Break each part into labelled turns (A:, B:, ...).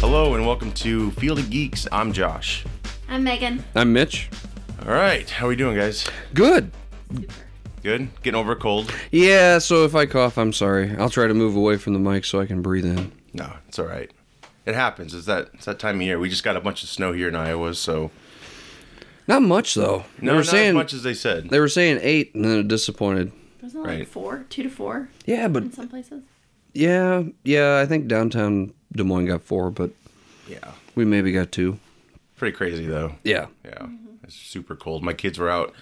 A: Hello and welcome to Field of Geeks. I'm Josh.
B: I'm Megan.
C: I'm Mitch.
A: All right, how are we doing, guys?
C: Good.
A: Good. Getting over a cold?
C: Yeah, so if I cough, I'm sorry. I'll try to move away from the mic so I can breathe in.
A: No, it's all right. It happens. It's that it's that time of year. We just got a bunch of snow here in Iowa, so
C: Not much though.
A: no,
C: they were
A: not
C: saying
A: as much as they said.
C: they were saying eight, and then disappointed.
B: Wasn't it
A: Right.
B: like four, two to four
C: Yeah, but
B: in some places?
C: yeah, yeah. I think downtown Des Moines got four, but
A: Yeah,
C: we maybe got two.
A: pretty crazy though.
C: Yeah.
A: Yeah, it's super cold. My kids were out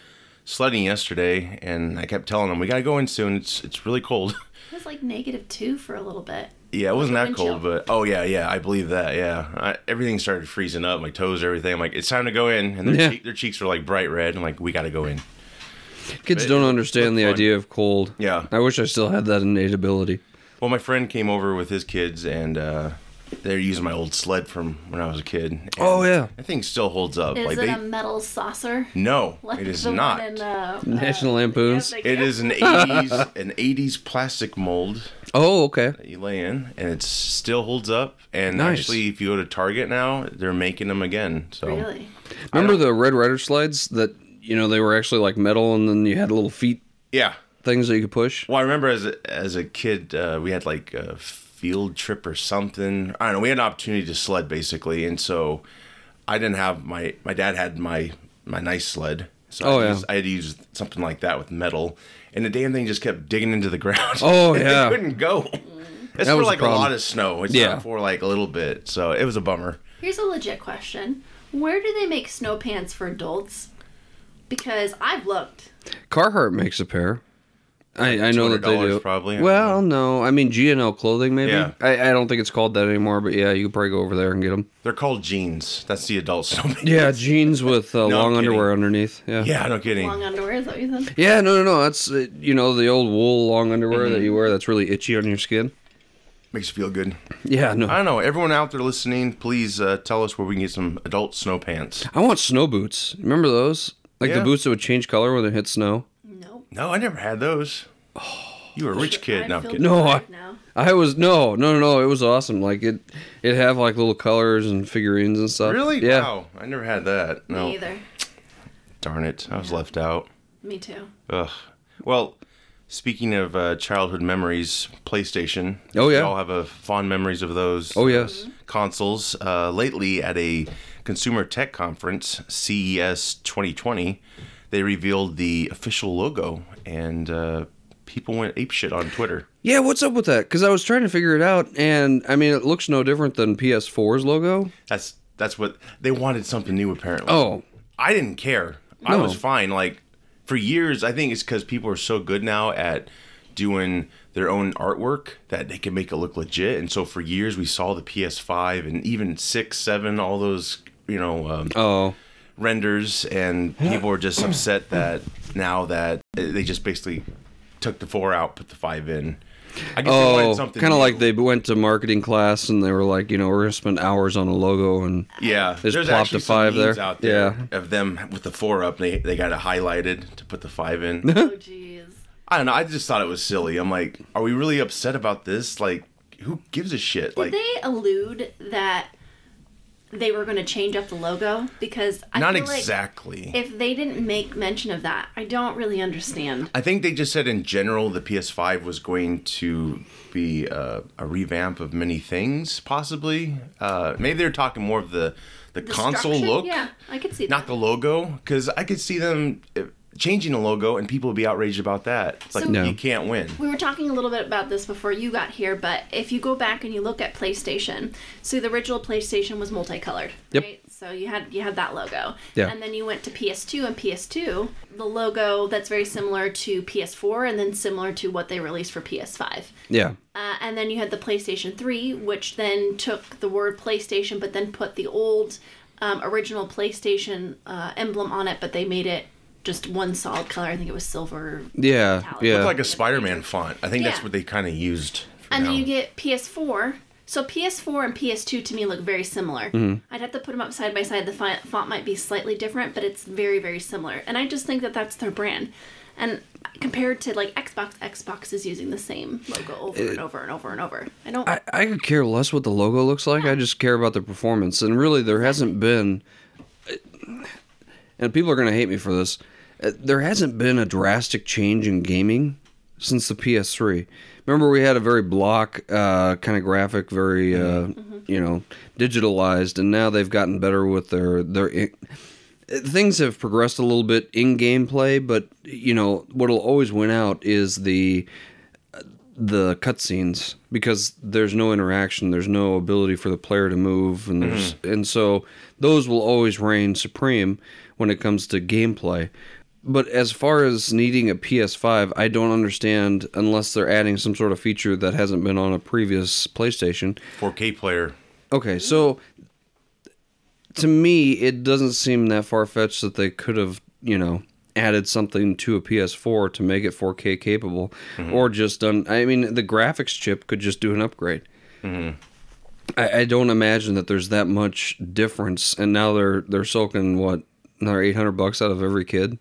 A: sledding yesterday, and I kept telling them we gotta go in soon. It's it's really cold.
B: It was like negative two for a little bit.
A: Yeah, it wasn't
B: Like a
A: that cold,
B: windshield.
A: but oh yeah, yeah, I believe that. Yeah, I, everything started freezing up, my toes, everything. I'm like, it's time to go in, and their,
C: Yeah.
A: cheek, their cheeks were like bright red. I'm like, we got to go in.
C: Kids
A: It
C: don't understand
A: looked
C: the
A: fun.
C: idea of cold.
A: Yeah.
C: I wish I still had that innate ability.
A: Well, my friend came over with his kids, and uh, they're using my old sled from when I was a kid. and
C: Oh, yeah.
A: that thing still holds up.
B: Is
A: like
B: it
A: they,
B: a metal saucer?
A: no,
B: Like
A: it is
B: the one
A: not.
B: in, uh,
C: National Lampoons.
B: yeah, they-
A: It is an '80s, an '80s plastic mold
C: Oh, okay.
A: that you lay in, and it still holds up. And
C: Nice.
A: actually, if you go to Target now, they're making them again. So
B: Really?
C: Remember the Red Rider slides that you know they were actually like metal, and then you had little feet
A: yeah,
C: things that you could push.
A: Well, I remember as a, as a kid, uh, we had like a field trip or something. I don't know. We had an opportunity to sled basically, and so I didn't have my my dad had my my nice sled. So
C: Oh,
A: I,
C: yeah.
A: used, I had to use something like that with metal, and the damn thing just kept digging into the ground.
C: Oh,
A: It
C: yeah.
A: couldn't go. It's
C: That
A: for
C: was the
A: like a
C: problem.
A: lot of snow. It's
C: Yeah.
A: not for like a little bit, so it was a bummer.
B: Here's a legit question. Where do they make snow pants for adults? Because I've looked.
C: Carhartt makes a pair. I, I know that they
A: $200
C: do.
A: probably, I
C: Well, no, I mean G and L clothing maybe.
A: Yeah.
C: I, I don't think it's called that anymore, but yeah, you could probably go over there and get them.
A: They're called jeans. That's the adult snow.
C: Yeah, jeans with uh,
A: No, I'm
C: long
A: kidding.
C: underwear underneath. Yeah.
A: yeah, no kidding.
B: Long underwear, is that what you said?
C: Yeah, no, no, no. That's uh, you know the old wool long underwear
A: Mm-hmm.
C: that you wear that's really itchy on your skin.
A: Makes you feel good.
C: Yeah, no.
A: I
C: I,
A: don't know. Everyone out there listening, please uh, tell us where we can get some adult snow pants.
C: want snow boots. Remember those? Like
A: Yeah.
C: the boots that would change color when it hit snow.
B: Nope.
A: No, I never had those. you were a rich kid. No, I'm
B: feel
A: kidding.
C: No,
B: bad
C: I-
B: now.
C: I was no, no, no, no. It was awesome. Like it, it have like little colors and figurines and stuff.
A: Really?
C: Yeah.
A: Wow. I never had that. No.
B: Me either.
A: Darn it. I was left out.
B: Me too.
A: Ugh. Well, speaking of uh, childhood memories, PlayStation.
C: Oh, yeah.
A: We all have uh, fond memories of those.
C: Oh yes.
A: consoles. Uh, lately, at a consumer tech conference, E CES 2020, they revealed the official logo, and uh, people went apeshit on Twitter.
C: Yeah, what's up with that? Because I was trying to figure it out, and I mean, it looks no different than PS4's logo.
A: That's that's what they wanted something new apparently.
C: Oh,
A: I didn't care. I
C: No.
A: was fine. Like for years, I think it's because people are so good now at doing their own artwork that they can make it look legit. And so for years, we saw the PS5 and even six, seven, all those you know um,
C: oh,
A: renders, and people were just upset that now that they just basically took the four out, put the five in. I guess they wanted
C: oh,
A: something
C: kind of
A: new.
C: like they went to marketing class and they were like, you know, we're gonna spend hours on a logo, and
A: Yeah,
C: Just plopped
A: actually some
C: a five
A: memes
C: there.
A: Out there of them with the four up, they they got it highlighted to put the five in.
B: Oh, jeez.
A: I don't know. I just thought it was silly. I'm like, are we really upset about this? Like, who gives a shit?
B: Did
A: Like,
B: they allude that they were going to change up the logo? Because I
A: not
B: feel like
A: exactly.
B: if they didn't make mention of that, I don't really understand.
A: I think they just said in general the PS5 was going to be uh, a revamp of many things, possibly. Uh, maybe they're talking more of the the, console
B: Destruction?
A: look.
B: Yeah, I could see
A: not
B: that.
A: the logo because i could see them if, changing the logo and people would be outraged about that. It's like
B: So- No.
A: you can't win.
B: We were talking a little bit about this before you got here, but if you go back and you look at PlayStation, so the original PlayStation was multicolored,
C: Yep.
B: right? So you had you had that logo,
C: Yeah.
B: and then you went to PS2 and PS2, the logo that's very similar to PS4, and then similar to what they released for PS5.
C: Yeah.
B: Uh, and then you had the PlayStation 3, which then took the word PlayStation, but then put the old um, original PlayStation uh, emblem on it, but they made it just one solid color. I think it was silver.
C: Yeah.
B: Metallic.
C: Yeah.
A: Looked like a Spider-Man font. I think that's
B: Yeah.
A: what they kind of used. for
B: And then
A: now.
B: you get PS4. So PS4 and PS2 to me look very similar. I'd have to put them up side by side. The fi- font might be slightly different, but it's very, very similar. And I just think that that's their brand. And compared to like Xbox, Xbox is using the same logo over and over and over and over. I don't.
C: I, I could care less what the logo looks like. I just care about the performance. And really, there hasn't been, and people are going to hate me for this, uh, there hasn't been a drastic change in gaming since the PS3. Remember, we had a very block uh, kind of graphic, very, uh, you know, digitalized, and now they've gotten better with their, their things have progressed a little bit in gameplay, but you know what'll always win out is the the cutscenes because there's no interaction, there's no ability for the player to move, and there's and so those will always reign supreme when it comes to gameplay. But as far as needing a PS5, I don't understand unless they're adding some sort of feature that hasn't been on a previous PlayStation.
A: 4K player.
C: Okay, so to me, it doesn't seem that far fetched that they could have, you know, added something to a PS4 to make it 4K capable, or just done. I mean, the graphics chip could just do an upgrade. I, I don't imagine that there's that much difference, and now they're they're soaking what another 800 bucks out of every kid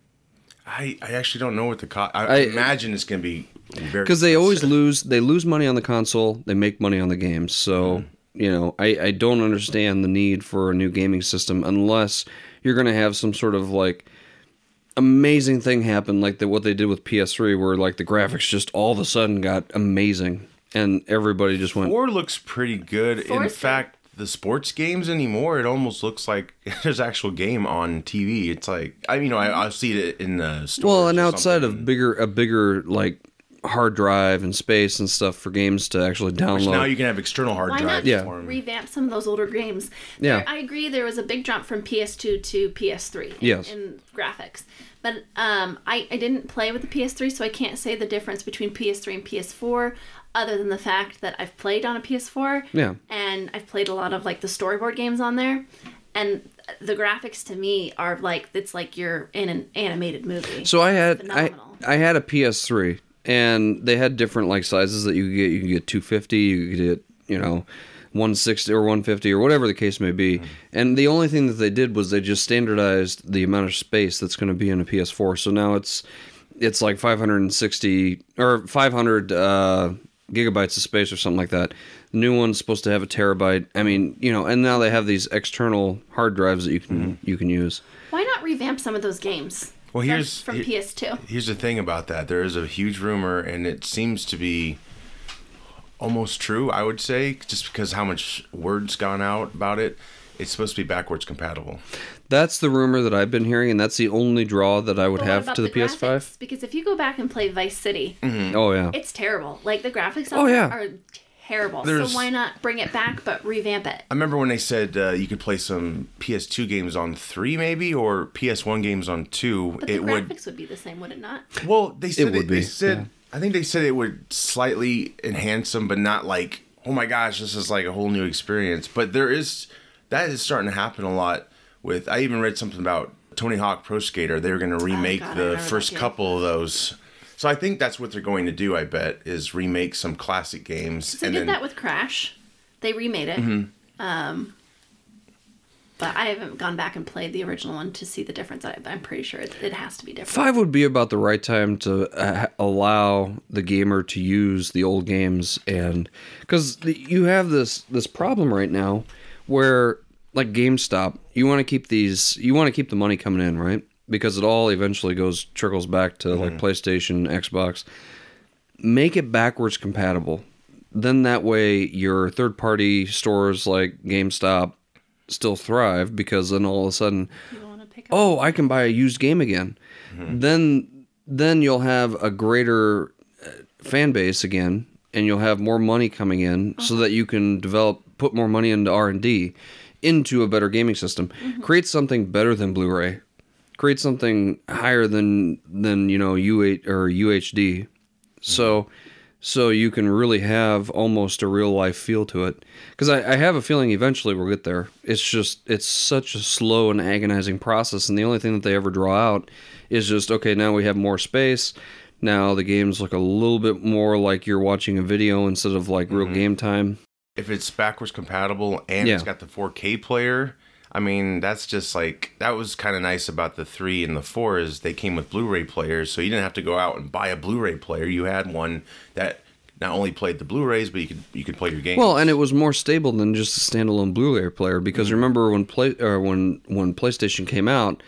A: I, I actually don't know what the cost. I,
C: I-
A: imagine it's gonna be very
C: because they always
A: expensive.
C: lose they lose money on the console, they make money on the games. So you know, I, I don't understand the need for a new gaming system unless you're going to have some sort of like amazing thing happen, like the, what they did with PS3, where like the graphics just all of a sudden got amazing, and everybody just went,
A: Four looks pretty good. In
B: Four's good.
A: fact, the sports games anymore, it almost looks like there's actual game on TV. It's like I you know I I see it in the store.
C: Well, and outside of bigger a bigger like hard drive and space and stuff for games to actually download.
A: now you can have external hard
B: Why not
A: drives.
C: Yeah.
B: just
A: for 'em.
B: revamp some of those older games?
C: Yeah.
B: There- I agree. There was a big jump from PS2 to PS3 in,
C: Yes.
B: in graphics, but um, I I didn't play with the PS3, so I can't say the difference between PS3 and PS4, other than the fact that I've played on a PS4.
C: Yeah.
B: And I've played a lot of like the storyboard games on there, and the graphics to me are like it's like you're in an animated movie.
C: So I had I,
B: Phenomenal.
C: I had a PS3, and they had different like sizes that you could get. You could get 250, you could get you know 160 or 150 or whatever the case may be. And the only thing that they did was they just standardized the amount of space that's going to be in a PS4. So now it's it's like 560 or 500 uh, gigabytes of space or something like that. The new one's supposed to have a terabyte. I mean, you know, and now they have these external hard drives that you can you can use.
B: Why not revamp some of those games?
A: Well,
B: from-
A: here's-
B: from
A: he-
B: PS2.
A: Here's the thing about that. There is a huge rumor, and it seems to be almost true. I would say, just because how much words gone out about it. It's supposed to be backwards compatible.
C: That's the rumor that I've been hearing, and that's the only draw that I would
B: But what
C: have
B: about
C: to the, PS5.
B: graphics? Because if you go back and play Vice City,
C: Oh yeah,
B: it's terrible. Like the graphics
C: Oh,
B: on it
C: yeah.
B: are terrible.
A: There's-
B: So why not bring it back but revamp it?
A: I remember when they said uh, you could play some PS2 games on three, maybe, or PS1 games on two.
B: But the
A: it would
B: graphics would... be the same, would it not?
A: Well, they said it
C: would be,
A: They said I think they said it would slightly enhance them, but not like oh my gosh, this is like a whole new experience. But there is that is starting to happen a lot. With I even read something about Tony Hawk Pro Skater. They were going to remake
B: Oh, God, I
A: the
B: remember that
A: first
B: game.
A: couple of those. So I think that's what they're going to do. I bet is remake some classic games
B: So
A: and
B: did
A: then Mm-hmm.
B: that with Crash. They remade it. Um, but I haven't gone back and played the original one to see the difference. I, I'm pretty sure it, it has to be different.
C: five would be about the right time to uh, allow the gamer to use the old games, and because you have this this problem right now where like GameStop, you want to keep these, you want to keep the money coming in, right? Because it all eventually goes trickles back to like PlayStation, Xbox. make it backwards compatible. Then that way your third party stores like GameStop still thrive because then all of a sudden
B: You wanna pick pick up.
C: oh, I can buy a used game again. Then then you'll have a greater uh, fan base again and you'll have more money coming in so that you can develop put more money into R&D into a better gaming system. Create something better than Blu-ray. Create something higher than than, you know, U8 or UHD. So so you can really have almost a real life feel to it because I, I have a feeling eventually we'll get there it's just it's such a slow and agonizing process and the only thing that they ever draw out is just okay now we have more space now the games look a little bit more like you're watching a video instead of like real game time
A: if it's backwards compatible and it's
C: Yeah.
A: got the 4K player, I mean, that's just like that was kind of nice about the 3 and the 4 is they came with Blu-ray players, so you didn't have to go out and buy a Blu-ray player. You had one that not only played the Blu-rays, but you could you could play your game.
C: Well, and it was more stable than just a standalone Blu-ray player because remember when play or when when PlayStation came out,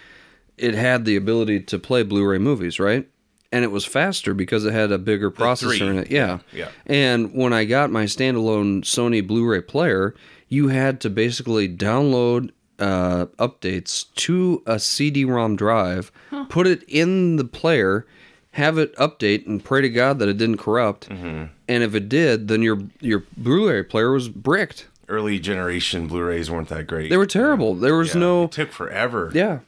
C: it had the ability to play Blu-ray movies, right? And it was faster because it had a bigger processor
A: three.
C: in it. Yeah.
A: Yeah.
C: And when I got my standalone Sony Blu-ray player, you had to basically download uh, updates to a CD-ROM drive, put it in the player, have it update, and pray to God that it didn't corrupt.
A: Mm-hmm.
C: And if it did, then your your Blu-ray player was bricked.
A: Early generation Blu-rays weren't that great.
C: They were terrible. There was
A: Yeah,
C: no
A: it took forever.
C: yeah.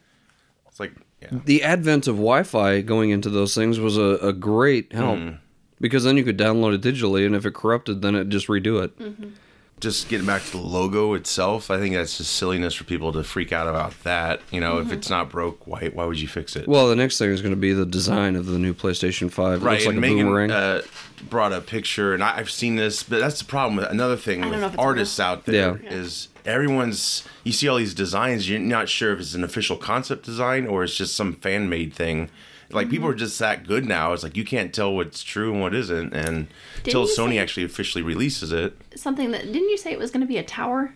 A: It's like yeah.
C: The advent of Wi-Fi going into those things was a, a great help
A: Mm.
C: because then you could download it digitally, and if it corrupted, then it just redo it.
B: Mm-hmm.
A: just getting back to the logo itself, I think that's just silliness for people to freak out about that. You know,
C: Mm-hmm.
A: if it's not broke, why why would you fix it?
C: Well, the next thing is going to be the design of the new PlayStation Five. It
A: right,
C: looks like
A: and
C: a
A: Megan
C: boomerang.
A: Uh, brought a picture, and I, I've seen this, but that's the problem with another thing
B: don't know if
A: with
B: it's
A: artists out
C: Yeah.
A: there is
C: Yeah.
A: everyone's. You see all these designs, you're not sure if it's an official concept design or it's just some fan made thing. Like people
B: Mm-hmm.
A: are just that good now. It's like you can't tell what's true and what isn't, and until
B: you
A: Sony
B: say-
A: actually officially releases it,
B: Something that didn't you say it was going to be a tower?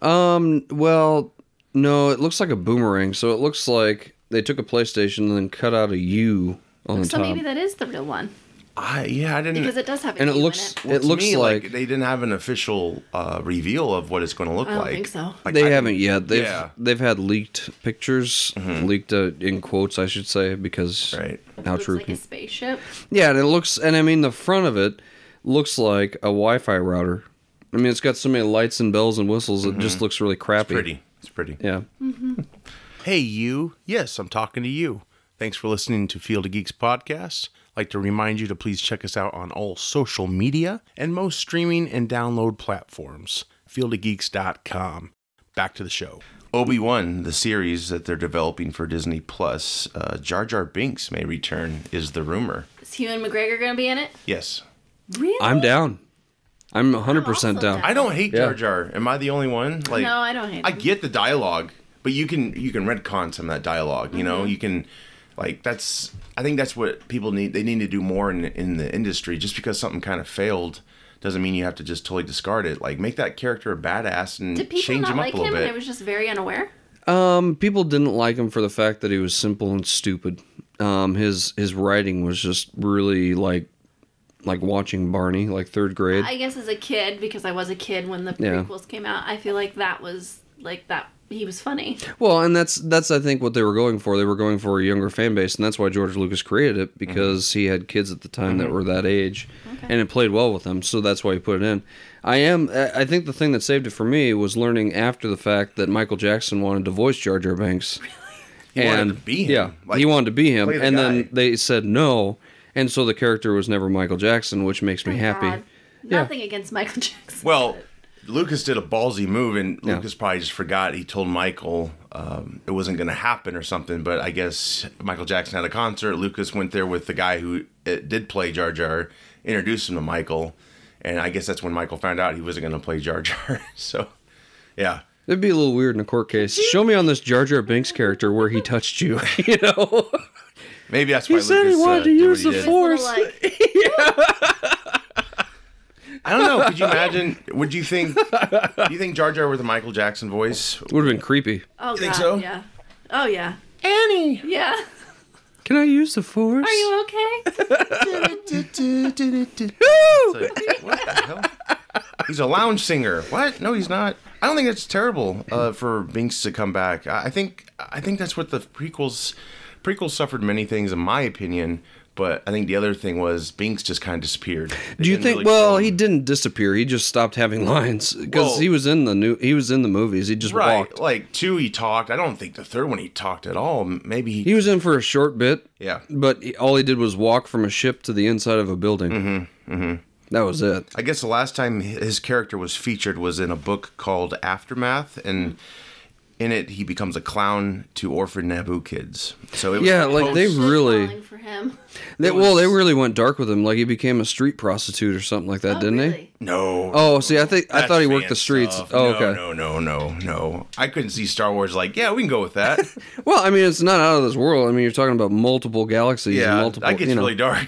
C: um. Well, no, it looks like a boomerang. So it looks like they took a PlayStation and then cut out a U on the
B: So
C: top,
B: maybe that is the real one
A: I yeah, I didn't.
B: because it does have a
C: and it
B: U in
C: looks
B: it.
C: it,
A: Well, to
C: looks
A: me,
C: like,
A: they didn't have an official uh, reveal of what it's going to look
B: I don't
A: like.
B: think so.
A: Like,
C: they
A: I-
C: haven't yet. They've
A: Yeah. Mm-hmm.
C: they've had leaked pictures, leaked uh, in quotes, I should say, because
A: Right.
C: how
B: looks
C: true?
B: like
C: can-
B: a spaceship.
C: Yeah, and it looks, and I mean, the front of it looks like a Wi-Fi router. I mean, it's got so many lights and bells and whistles. It just looks really crappy.
A: Pretty. Mm-hmm. It's pretty.
C: Yeah.
A: Hey, you. Yes, I'm talking to you. Thanks for listening to Field of Geeks podcast. I'd like to remind you to please check us out on all social media and most streaming and download platforms. Fieldofgeeks.com. Back to the show. Obi Wan, the series that they're developing for Disney Plus, uh, Jar Jar Binks may return, is the rumor.
B: Is Hugh and McGregor going to be in it?
A: Yes.
B: Really?
C: I'm down. I'm 100 percent
B: also
C: down.
B: down.
A: I don't hate
C: Yeah.
A: Jar Jar. Am I the only one? Like
B: No, I don't hate
A: I
B: him.
A: get the dialogue, but you can you can redcon some of that dialogue. You
B: Mm-hmm.
A: know, you can like that's I think that's what people need. They need to do more in in the industry. Just because something kind of failed doesn't mean you have to just totally discard it. Like make that character a badass and
B: Did people
A: change
B: not
A: him up
B: like
A: a
B: him
A: little
B: and I
A: bit.
B: was just very unaware?
C: Um, people didn't like him for the fact that he was simple and stupid. Um, his his writing was just really like like watching Barney, like third grade.
B: I guess as a kid, because I was a kid when the
C: Yeah.
B: prequels came out, I feel like that was like that. He was funny. Oh
C: Well, and that's that's I think what they were going for. They were going for a younger fan base, and that's why George Lucas created
A: Mm-hmm.
C: it because he had kids at the time that were that age, and it played well with them. So that's why he put it in. I am. I I think the thing that saved it for me was learning after the fact that Michael Jackson wanted to voice Jar Jar Banks.
A: He wanted to be him.
C: Yeah,
A: Like,
C: he wanted to be him,
A: play the
C: and
A: guy.
C: then they said no, and so the character was never Michael Jackson, which makes me happy.
B: God.
C: Yeah.
B: Nothing against Michael Jackson.
A: Well, Lucas did a ballsy move, and Lucas probably just forgot. He told Michael um, it wasn't going to happen or something. But I guess Michael Jackson had a concert. Lucas went there with the guy who uh, did play Jar Jar, introduced him to Michael, and I guess that's when Michael found out he wasn't going to play Jar Jar. so, yeah.
C: It'd be a little weird in a court case. Show me on this Jar Jar Binks character where he touched you. You know.
A: Maybe that's why
C: He said he
A: Lucas,
C: wanted
A: uh,
C: to
A: did what
C: use
A: he
C: the
A: did.
C: force. course.
B: Little, like,
A: I don't know. Could you imagine? Would you think? Do you think Jar Jar with a Michael Jackson voice?
C: Would have been creepy.
B: oh
A: think
B: God,
A: so?
B: yeah. Oh yeah.
A: Annie.
B: Yeah.
C: Can I use the force?
B: Are you okay?
A: It's like, what the hell? He's a lounge singer. What? No, he's not. I don't think that's terrible uh, for Binks to come back. I I think I think that's what the prequels prequels suffered many things in my opinion. But I think the other thing was Binks just kind of disappeared. They
C: Do you
A: didn't
C: think?
A: really
C: well,
A: show him.
C: he didn't disappear. He just stopped having lines because
A: Well-
C: he was in the new. He was in the movies. He just
A: right?
C: walked.
A: Like two, he talked. I don't think the third one he talked at all. M- Maybe he,
C: He was in for a short bit.
A: Yeah.
C: But he- all he did was walk from a ship to the inside of a building. Mm-hmm. Mm-hmm. That was it.
A: I guess the last time his character was featured was in a book called Aftermath, and in it he becomes a clown to orphan Naboo kids. So it was
C: Yeah, like they
A: post-
C: really.
B: falling for him.
C: They, well, they really went dark with him. Like he became a street prostitute or something like that,
B: Oh,
C: didn't
B: really?
C: they?
A: no.
C: Oh, see, I think I
A: that's
C: thought he worked
A: fan
C: the streets.
A: stuff.
C: Oh,
A: No,
C: okay.
A: No, no, no, no. I couldn't see Star Wars like, yeah, we can go with that.
C: Well, I mean, it's not out of this world. I mean, you're talking about multiple galaxies. and
A: yeah,
C: multiple.
A: that gets
C: you know.
A: really dark.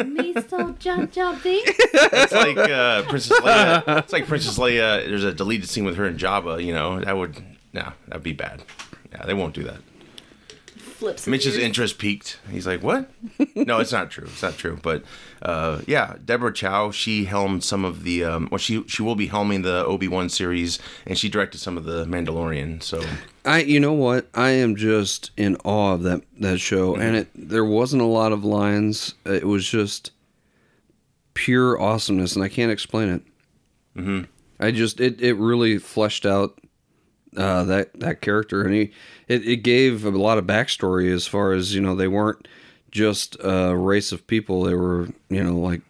B: Me so jump jumpy.
A: it's like uh, Princess Leia. It's like Princess Leia. There's a deleted scene with her and Jabba. You know, that would, nah, that'd be bad. Yeah, they won't do that.
B: Flips. his
A: Mitch's
B: ears.
A: interest peaked. He's like, "What? no, it's not true. It's not true." But uh, yeah, Deborah Chow, she helmed some of the. Um, well, she she will be helming the Obi wan series, and she directed some of the Mandalorian. So
C: I you know what? I am just in awe of that that show
A: Mm-hmm.
C: and it there wasn't a lot of lines. Uh, It was just pure awesomeness and I can't explain it. Mm-hmm. I just it it really fleshed out uh, that that character and he it, it gave a lot of backstory as far as you know they weren't just a race of people they were you know like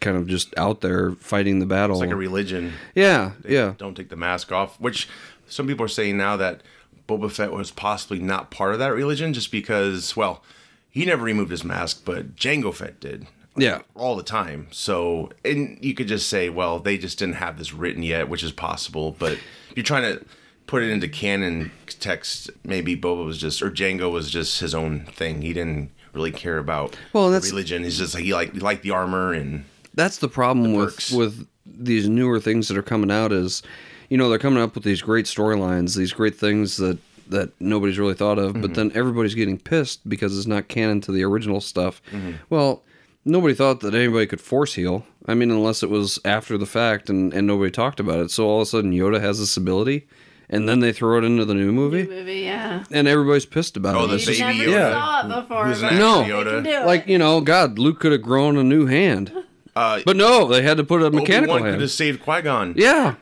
C: kind of just out there fighting the battle
A: like a religion,
C: yeah yeah
A: don't take the mask off. Which some people are saying now that Boba Fett was possibly not part of that religion, just because well, he never removed his mask, but Jango Fett did.
C: yeah
A: all the time. So, and you could just say, well, they just didn't have this written yet, which is possible, but you're trying to put it into canon text. Maybe Boba was just, or Django was just his own thing. He didn't really care about
C: Well, and that's-
A: religion. He's just like, he liked, he liked the armor and
C: that's the problem with
A: perks.
C: with these newer things that are coming out is you know they're coming up with these great storylines these great things that that nobody's really thought of
A: Mm-hmm.
C: but then everybody's getting pissed because it's not canon to the original stuff
A: Mm-hmm.
C: well nobody thought that anybody could force heal i mean unless it was after the fact and and nobody talked about it so all of a sudden yoda has this ability and then they throw it into the new movie
B: movie. Yeah.
C: and everybody's pissed about
A: Oh,
C: it
A: the
C: It's
B: You
C: just-
A: baby
B: never
A: Yoda.
B: saw it before.
A: Who's
B: but
A: an
C: No.
B: they
A: actual
B: can
A: Yoda.
B: do it.
C: like you know god luke could have grown a new hand
A: Uh,
C: but no they had to put a mechanical
A: Obi-Wan could
C: hand
A: have saved Qui Gon.
C: yeah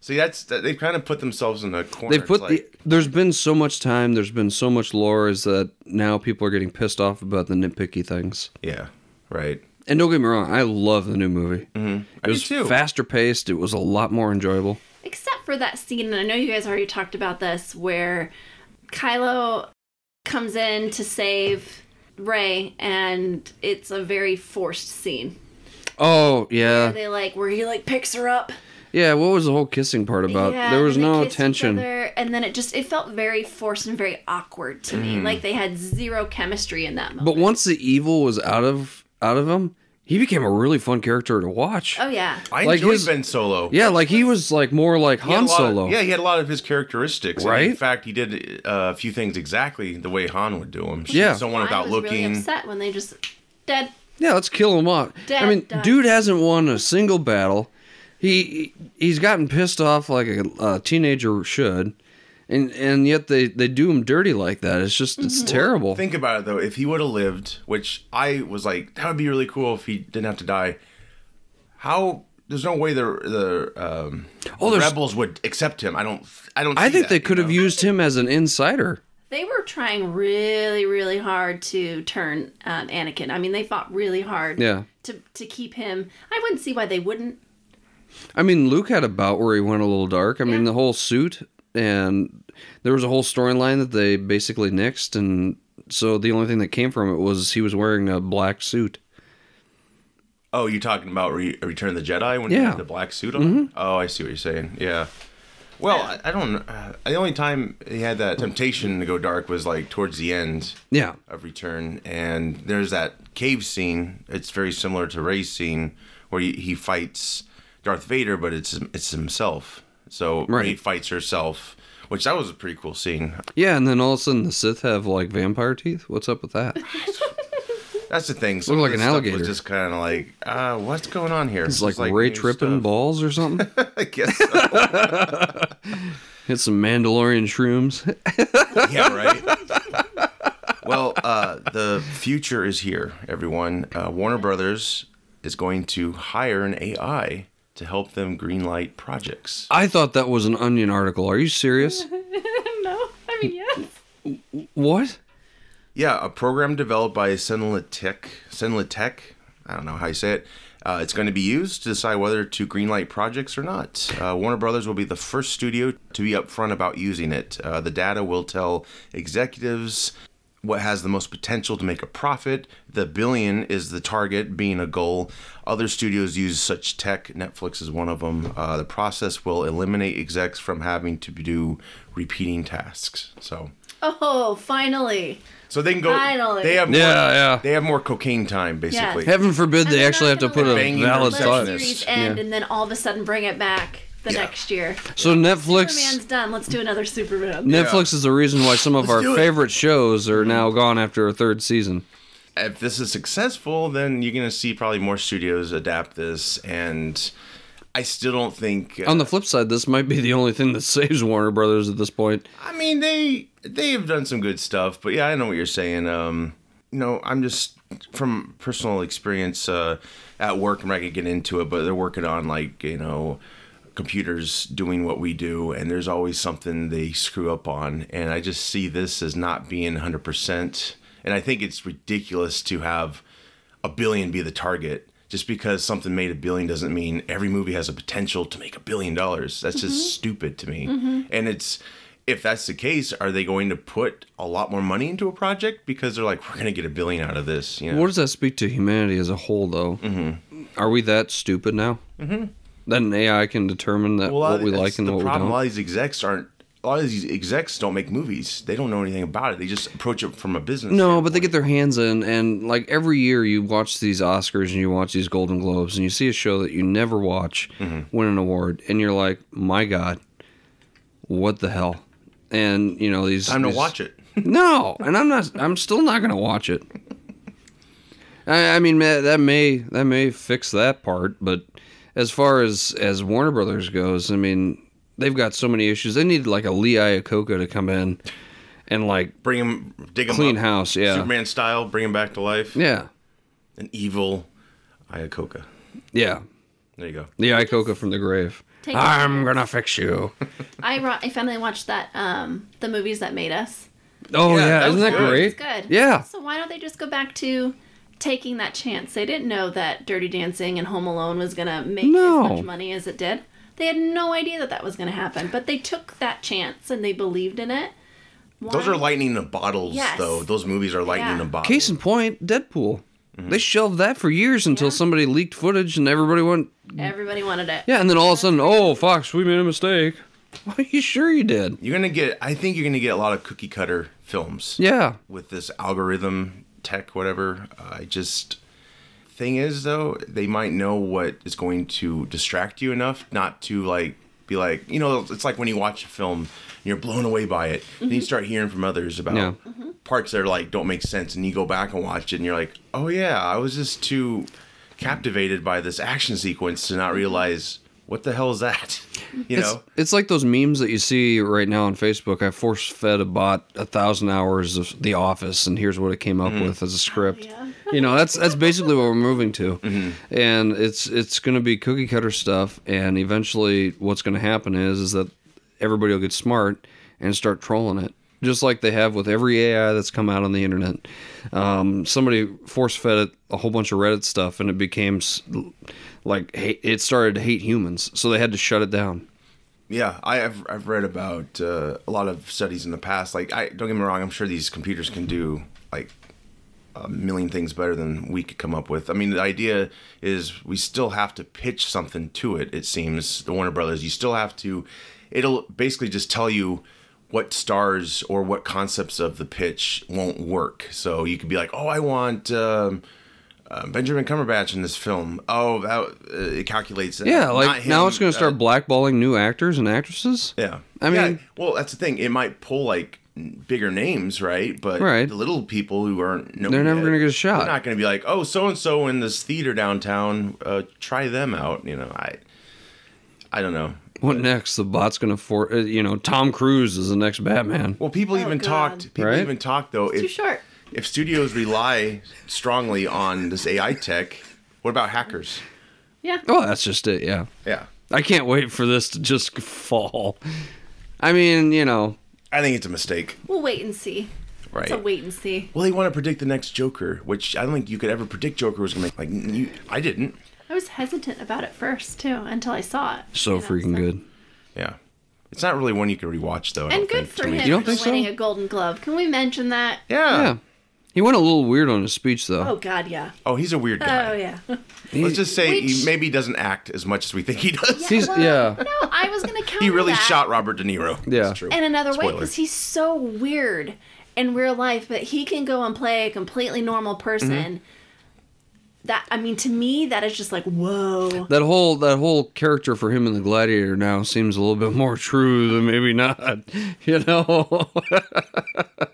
A: See, that's that- they've kind of put themselves in a corner.
C: They put
A: It's
C: the,
A: like,
C: there's been so much time, there's been so much lore is that now people are getting pissed off about the nitpicky things.
A: yeah, right.
C: And don't get me wrong, I love the new movie. Mm-hmm. It
A: do
C: was
A: Mm, too.
C: faster paced, it was a lot more enjoyable.
B: Except for that scene, and I know you guys already talked about this, where Kylo comes in to save Ray, and it's a very forced scene.
C: Oh,
B: Where
C: yeah.
B: they like where he like picks her up.
C: Yeah, what was the whole kissing part about?
B: Yeah,
C: there was
B: and they
C: no
B: kissed each
C: tension.
B: other, and then it just it felt very forced and very awkward to me. Like they had zero chemistry in that moment.
C: Mm. But once the evil was out of out of him, he became a really fun character to watch.
B: oh yeah,
A: I
C: Like
A: enjoyed
C: his-
A: Ben Solo.
C: yeah, like he was like more like
A: He had
C: Han
A: a lot of-
C: Solo.
A: yeah, he had a lot of his characteristics. And
C: Right?
A: in fact, he did uh, a few things exactly the way Han would do them.
C: Yeah.
A: Someone
B: I
A: without
B: was
A: looking.
B: really upset when they just dead.
C: Yeah, let's kill him off. I
B: Dead
C: mean,
B: done.
C: dude hasn't won a single battle. He he's gotten pissed off like a, a teenager should, and and yet they they do him dirty like that. It's just it's terrible.
A: Think about it though. If he would have lived, which I was like, that would be really cool if he didn't have to die. How? There's no way the the um,
C: Oh, there's-
A: rebels would accept him. I don't. I don't.
C: I
A: see
C: think
A: that,
C: they
A: you
C: could have
A: know?
C: used him as an insider.
B: They were trying really, really hard to turn um, Anakin. I mean, they fought really hard.
C: Yeah.
B: To to keep him, I wouldn't see why they wouldn't.
C: I mean, Luke had a bout where he went a little dark. I mean,
B: Yeah.
C: the whole suit and there was a whole storyline that they basically nixed, and so the only thing that came from it was he was wearing a black suit.
A: Oh, you're talking about Re- Return of the Jedi when he
C: Yeah. Mm-hmm.
A: had the black suit on? Oh, I see what you're saying. Yeah. Well, I, I don't. Uh, the only time he had that temptation to go dark was like towards the end
C: Yeah,
A: of Return, and there's that cave scene. It's very similar to Ray's scene where he, he fights Darth Vader, but it's it's himself. So Ray
C: Right.
A: fights herself, which that was a pretty cool scene.
C: yeah, and then all of a sudden the Sith have like vampire teeth. What's up with that?
A: That's the thing.
C: Looked like
A: of this stuff was
C: an alligator.
A: just kind of like, uh, what's going on here?
C: It's like, Ray
A: new
C: tripping
A: stuff.
C: balls or something.
A: I guess. So.
C: Hit some Mandalorian shrooms.
A: yeah, right. well, uh, the future is here, everyone. Uh, Warner Brothers is going to hire an AI to help them greenlight projects.
C: I thought that was an Onion article. Are you serious?
B: no, I mean yes.
C: what?
A: Yeah, a program developed by Senlatech. Senlatech. I don't know how you say it. Uh, it's going to be used to decide whether to greenlight projects or not. Uh, Warner Brothers will be the first studio to be upfront about using it. Uh, the data will tell executives what has the most potential to make a profit. The billion is the target, being a goal. Other studios use such tech. Netflix is one of them. Uh, the process will eliminate execs from having to do repeating tasks. So,
B: Oh, finally.
A: so they can go.
B: Finally.
A: They have more-
C: Yeah, yeah.
A: they have more cocaine time, basically.
B: Yes.
C: Heaven forbid
B: And
C: they
B: they're
C: actually have
B: not
C: to put
B: gonna
C: a
B: let
A: Banging
C: valid
B: let
C: thought.
B: the
A: receptionist.
B: series end
C: Yeah.
B: and then all of a sudden bring it back the
A: Yeah.
B: next year.
C: So Netflix.
B: Superman's done. Let's do another Superman.
C: Netflix is the reason why some of
A: Let's do
C: our
A: it.
C: favorite shows are now gone after a third season.
A: If this is successful, then you're gonna see probably more studios adapt this, and I still don't think. uh,
C: On the flip side, this might be the only thing that saves Warner Brothers at this point.
A: I mean, they they have done some good stuff, but yeah, I know what you're saying. Um, you know, I'm just from personal experience uh, at work. I'm not gonna get into it, but they're working on like you know computers doing what we do, and there's always something they screw up on, and I just see this as not being 100. percent And I think it's ridiculous to have a billion be the target. Just because something made a billion doesn't mean every movie has a potential to make a billion dollars. That's just stupid to me. And it's if that's the case, are they going to put a lot more money into a project because they're like, we're going to get a billion out of this? You know,
C: What does that speak to humanity as a whole, though?
A: Mm-hmm.
C: Are we that stupid now? Mm-hmm. That an AI can determine that
A: Well, a lot
C: what
A: of-
C: we
A: that's
C: like and
A: the
C: what we
A: problem.
C: don't.
A: A lot of these execs aren't. A lot of these execs don't make movies. They don't know anything about it. They just approach it from a business.
C: No, but they
A: standpoint.
C: get their hands in, and like every year, you watch these Oscars and you watch these Golden Globes, and you see a show that you never watch
A: Mm-hmm.
C: win an award, and you're like, "My God, what the hell?" And you know these.
A: time to
C: these-
A: watch it.
C: No, and I'm not. I'm still not going to watch it. I, I mean, ma- that may that may fix that part, but as far as as Warner Brothers goes, I mean, they've got so many issues. They need like a Lee Iacocca to come in and like
A: Bring him, dig him
C: clean
A: up.
C: house. Yeah.
A: Superman style. Bring him back to life.
C: Yeah.
A: An evil Iacocca.
C: Yeah.
A: There you go.
C: The Iacocca from the grave.
B: Take
C: I'm gonna fix you.
B: I ro- I finally watched that um the movies that made us.
C: Oh
A: Yeah,
C: yeah,
A: that
C: isn't
A: was
C: that
A: good.
C: great?
B: It's good.
C: Yeah.
B: So why don't they just go back to taking that chance? They didn't know that Dirty Dancing and Home Alone was gonna make
C: No.
B: as much money as it did. They had no idea that that was gonna happen, but they took that chance and they believed in it. Why-
A: Those are lightning in bottles,
B: Yes.
A: though. Those movies are lightning
B: Yeah.
A: in bottles.
C: Case in point, Deadpool.
A: Mm-hmm.
C: They shelved that for years until
B: Yeah.
C: somebody leaked footage and everybody went,
B: Everybody wanted it.
C: yeah, and then all of a sudden, oh, Fox, we made a mistake. Well, you sure you did?
A: you're gonna get. I think you're gonna get a lot of cookie cutter films.
C: Yeah.
A: with this algorithm tech whatever uh, i just thing is though they might know what is going to distract you enough not to like be like you know it's like when you watch a film and you're blown away by it and you start hearing from others about
C: Mm-hmm.
A: Mm-hmm.
C: Yeah.
A: parts that are like don't make sense and you go back and watch it and you're like oh yeah i was just too captivated by this action sequence to not realize what the hell is that you
C: It's,
A: know
C: it's like those memes that you see right now on Facebook. I force fed a bot a thousand hours of The Office, and here's what it came up
A: Mm-hmm.
C: with as a script.
B: yeah.
C: You know, that's that's basically what we're moving to,
A: Mm-hmm.
C: and it's it's going to be cookie cutter stuff. And eventually, what's going to happen is is that everybody will get smart and start trolling it, just like they have with every AI that's come out on the internet. Um, somebody force fed it a whole bunch of Reddit stuff, and it became s- like hate, it started to hate humans, so they had to shut it down.
A: Yeah, I have, I've read about uh, a lot of studies in the past. Like, I don't get me wrong, I'm sure these computers can do like a million things better than we could come up with. I mean, the idea is we still have to pitch something to it. It seems the Warner Brothers, you still have to. It'll basically just tell you what stars or what concepts of the pitch won't work. So you could be like, oh, I want. Um, uh, Benjamin Cumberbatch in this film. Oh, that, uh, it calculates. that.
C: Yeah, like
A: Not
C: now
A: him,
C: it's going to start
A: uh,
C: blackballing new actors and actresses.
A: yeah.
C: I mean-
A: Yeah, well, that's the thing. It might pull like bigger names, right? But
C: Right.
A: the little people who aren't known
C: They're never
A: yet,
C: gonna get a shot.
A: They're not going to be like, oh, so and so in this theater downtown, uh, try them out. You know, I, I don't know.
C: What next? The bot's gonna for uh, you know Tom Cruise is the next Batman.
A: Well, people
B: Oh,
A: even
B: God.
A: talked. People
C: Right?
A: even talked though.
B: Too
A: If,
B: short.
A: if studios rely strongly on this AI tech, what about hackers?
B: Yeah.
C: Oh, that's just it. Yeah,
A: Yeah,
C: I can't wait for this to just fall. I mean, you know,
A: I think it's a mistake.
B: We'll wait and see.
A: Right.
B: It's a wait and see.
A: Well, they want to predict the next Joker, which I don't think you could ever predict Joker was going to make. Like, you, I didn't.
B: I was hesitant about it first too until I saw it.
C: so
B: You know,
C: freaking good.
A: Yeah, it's not really one you can rewatch though. I
B: And
A: don't
B: good
A: think,
B: for
A: to me.
B: him
C: You don't
B: for
C: think so?
B: winning a Golden Glove. Can we mention that?
A: Yeah.
C: Yeah, he went a little weird on his speech though.
B: Oh God, yeah.
A: Oh, he's a weird guy.
B: Oh yeah.
A: Let's just say
B: Which-
A: he maybe doesn't act as much as we think he does.
C: He's yeah.
B: No, I was gonna count.
A: he really
B: that.
A: shot Robert De Niro.
C: Yeah.
A: That's true.
B: in another way
A: Spoiler.
B: because he's so weird in real life but he can go and play a completely normal
C: Mm-hmm.
B: person that i mean to me that is just like whoa
C: That whole that whole character for him in the Gladiator now seems a little bit more true than maybe not. You know?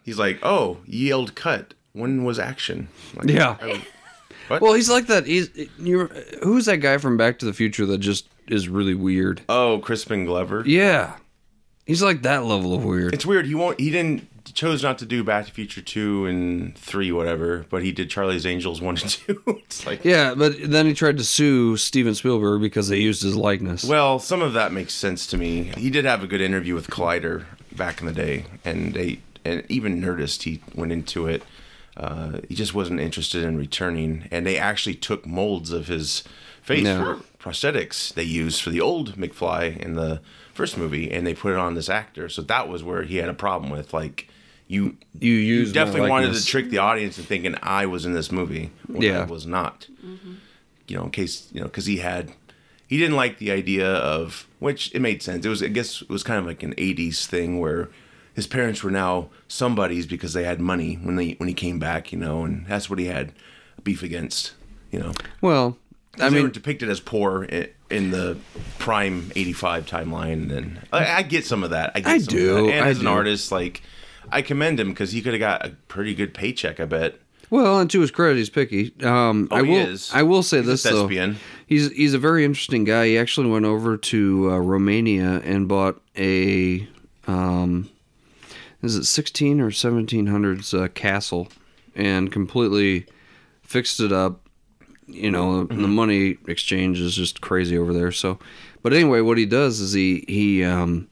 A: He's like, oh, yelled cut. When was action? Like,
C: yeah.
A: What?
C: Well, he's like that. He's you. Who's that guy from Back to the Future that just is really weird?
A: oh, Crispin Glover.
C: Yeah, he's like that level of weird.
A: It's weird. He won't. He didn't chose not to do Back to the Future two and three, whatever. But he did Charlie's Angels one and two. it's like,
C: yeah, but then he tried to sue Steven Spielberg because they used his likeness.
A: well, some of that makes sense to me. He did have a good interview with Collider back in the day, and they and even Nerdist. He went into it. Uh, he just wasn't interested in returning, and they actually took molds of his face
C: No.
A: for prosthetics they used for the old McFly in the first movie, and they put it on this actor. So that was where he had a problem with like. You
C: you used
A: you
C: my
A: definitely wanted
C: likeness.
A: to trick the audience into thinking I was in this movie when
C: Yeah.
A: I was not. You know, in case you know, because he had he didn't like the idea of which it made sense. It was I guess it was kind of like an '80s thing where his parents were now somebody's because they had money when they when he came back. You know, and that's what he had beef against. You know,
C: Well, I
A: they were
C: mean,
A: depicted as poor i- in the prime 85 timeline and I, I get some of that i, get
C: I
A: some
C: do,
A: of that. and
C: I
A: as an
C: do.
A: artist like i commend him because he could have got a pretty good paycheck i bet
C: well, and to his credit, he's picky. Um, I
A: Oh, he
C: will.
A: is.
C: I will say
A: He's a
C: this though.
A: thespian.
C: He's he's a very interesting guy. He actually went over to uh, Romania and bought a um, is it sixteen or seventeen hundreds uh, castle, and completely fixed it up. You know, the
A: Mm-hmm.
C: money exchange is just crazy over there. So, but anyway, what he does is he he um,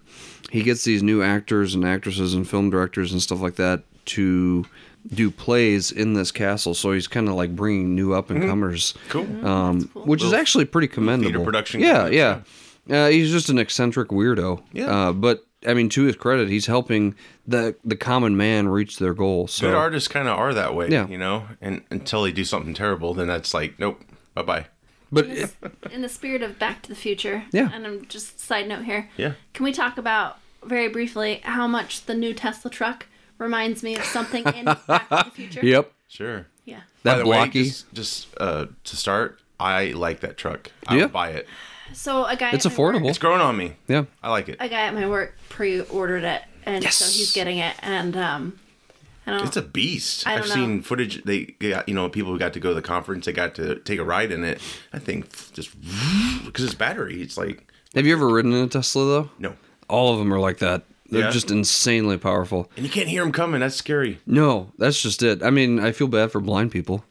C: he gets these new actors and actresses and film directors and stuff like that to do plays in this castle. So he's kind of like bringing new up and comers
A: Mm-hmm. cool
C: um, which is actually pretty commendable.
A: production guy,
C: yeah, yeah. Uh, he's just an eccentric weirdo.
A: Yeah.
C: Uh, but I mean, to his credit, he's helping the the common man reach their goal. So
A: good artists kind of are that way
C: Yeah.
A: you know and until they do something terrible then that's like nope bye-bye
C: but
B: in the spirit of back to the future
C: Yeah.
B: and i'm just side note here
A: Yeah.
B: can we talk about very briefly how much the new tesla truck reminds me of something in back to the future
C: yep,
A: sure
B: yeah
A: By
C: that
A: the way,
C: blocky.
A: just, just uh to start i like that truck i
C: Yeah.
A: would buy it
B: so a guy
C: It's
B: at my work-
C: affordable.
A: it's growing on me
C: yeah.
A: i like it
B: a guy at my work pre-ordered it and so he's getting it and um I don't,
A: It's a beast.
B: I
A: I've
B: don't know.
A: seen footage. They got you know people who got to go to the conference. They got to take a ride in it. I think just because it's battery. It's like
C: Have you ever ridden in a Tesla though?
A: no,
C: All of them are like that. They're
A: Yeah.
C: just insanely powerful.
A: and you can't hear them coming. That's scary.
C: No, that's just it. I mean, I feel bad for blind people.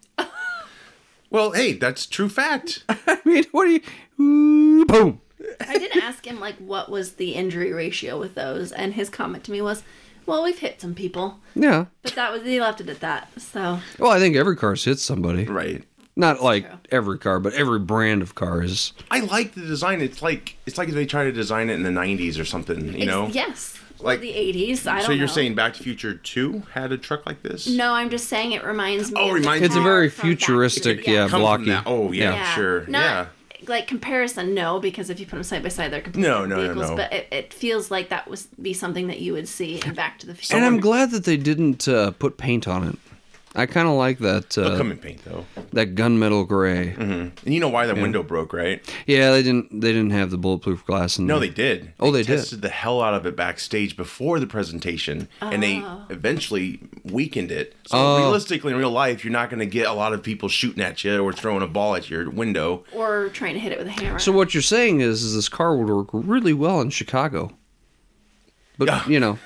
A: Well, hey, that's true fact.
C: I mean, what do you? Ooh, boom.
B: I did ask him like what was the injury ratio with those, and his comment to me was, "Well, we've hit some people,
C: Yeah.
B: but that was he left it at that." So
C: Well, I think every car's hit somebody.
A: right.
C: Not like
B: True.
C: every car, but every brand of cars.
A: I like the design. It's like it's like if they try to design it in the '90s or something. You
B: Ex-
A: know.
B: yes,
A: Like-
B: like the '80s. I don't.
A: So you're
B: know.
A: saying Back to the Future Two had a truck like this?
B: No, I'm just saying it reminds
A: Oh,
B: me. of the
A: reminds
C: It's a
B: car
C: very
B: from Back to the
C: futuristic,
B: Future.
C: yeah,
A: Come from
C: blocky.
A: that- Oh yeah, sure.
B: Not,
A: yeah.
B: Like comparison, no, because if you put them side by side, they're completely
A: No,
B: different
A: no, no,
B: vehicles.
A: no.
B: But it, it feels like that was be something that you would see in Back to the Future.
C: And I'm glad that they didn't uh, put paint on it. I kind of like that
A: They'll
C: uh,
A: come in paint though.
C: that gunmetal gray.
A: And you know why that window broke, right?
C: Yeah, they didn't they didn't have the bulletproof glass in
A: No,
C: there.
A: they did.
C: Oh, they did.
A: tested the hell out of it backstage before the presentation, and they
B: Ah.
A: eventually weakened it. So
C: Oh.
A: realistically, in real life, you're not going to get a lot of people shooting at you or throwing a ball at your window.
B: or trying to hit it with a hammer.
C: So what you're saying is, is this car would work really well in Chicago.
A: Yeah.
C: But you know,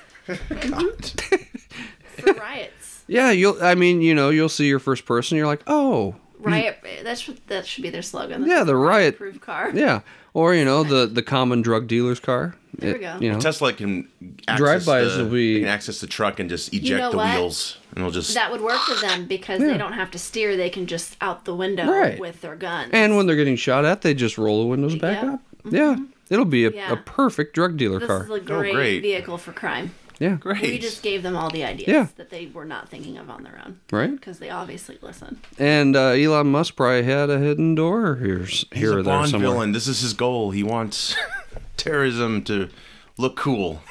B: for riots,
C: yeah, you'll. I mean, you know, you'll see your first person. You're like, oh,
B: riot. That should that should be their slogan.
C: yeah, the riot,
B: proof car.
C: yeah, or you know, the the common drug dealer's car.
B: There we
C: It-
B: go.
C: You know,
A: Tesla can access
C: Drive-bys
A: the,
C: will be-
A: they can access the truck and just eject
B: know
A: the
B: what?
A: wheels, and it'll just
B: That would work for them because
C: Yeah.
B: they don't have to steer; they can just out the window
C: Right.
B: with their guns.
C: and when they're getting shot at, they just roll the windows back
B: Yeah.
C: up. Yeah, it'll be a,
B: Mm-hmm. Yeah.
C: a perfect drug dealer
B: this
C: car.
B: is a great,
A: Oh, great.
B: vehicle for crime.
C: yeah,
A: great.
B: We just gave them all the ideas
C: Yeah.
B: that they were not thinking of on their own,
C: right.
B: Because they obviously listen.
C: And uh, Elon Musk probably had a hidden door here, s-
A: He's
C: here
A: a
C: or there
A: Bond
C: somewhere.
A: villain. This is his goal. He wants terrorism to look cool.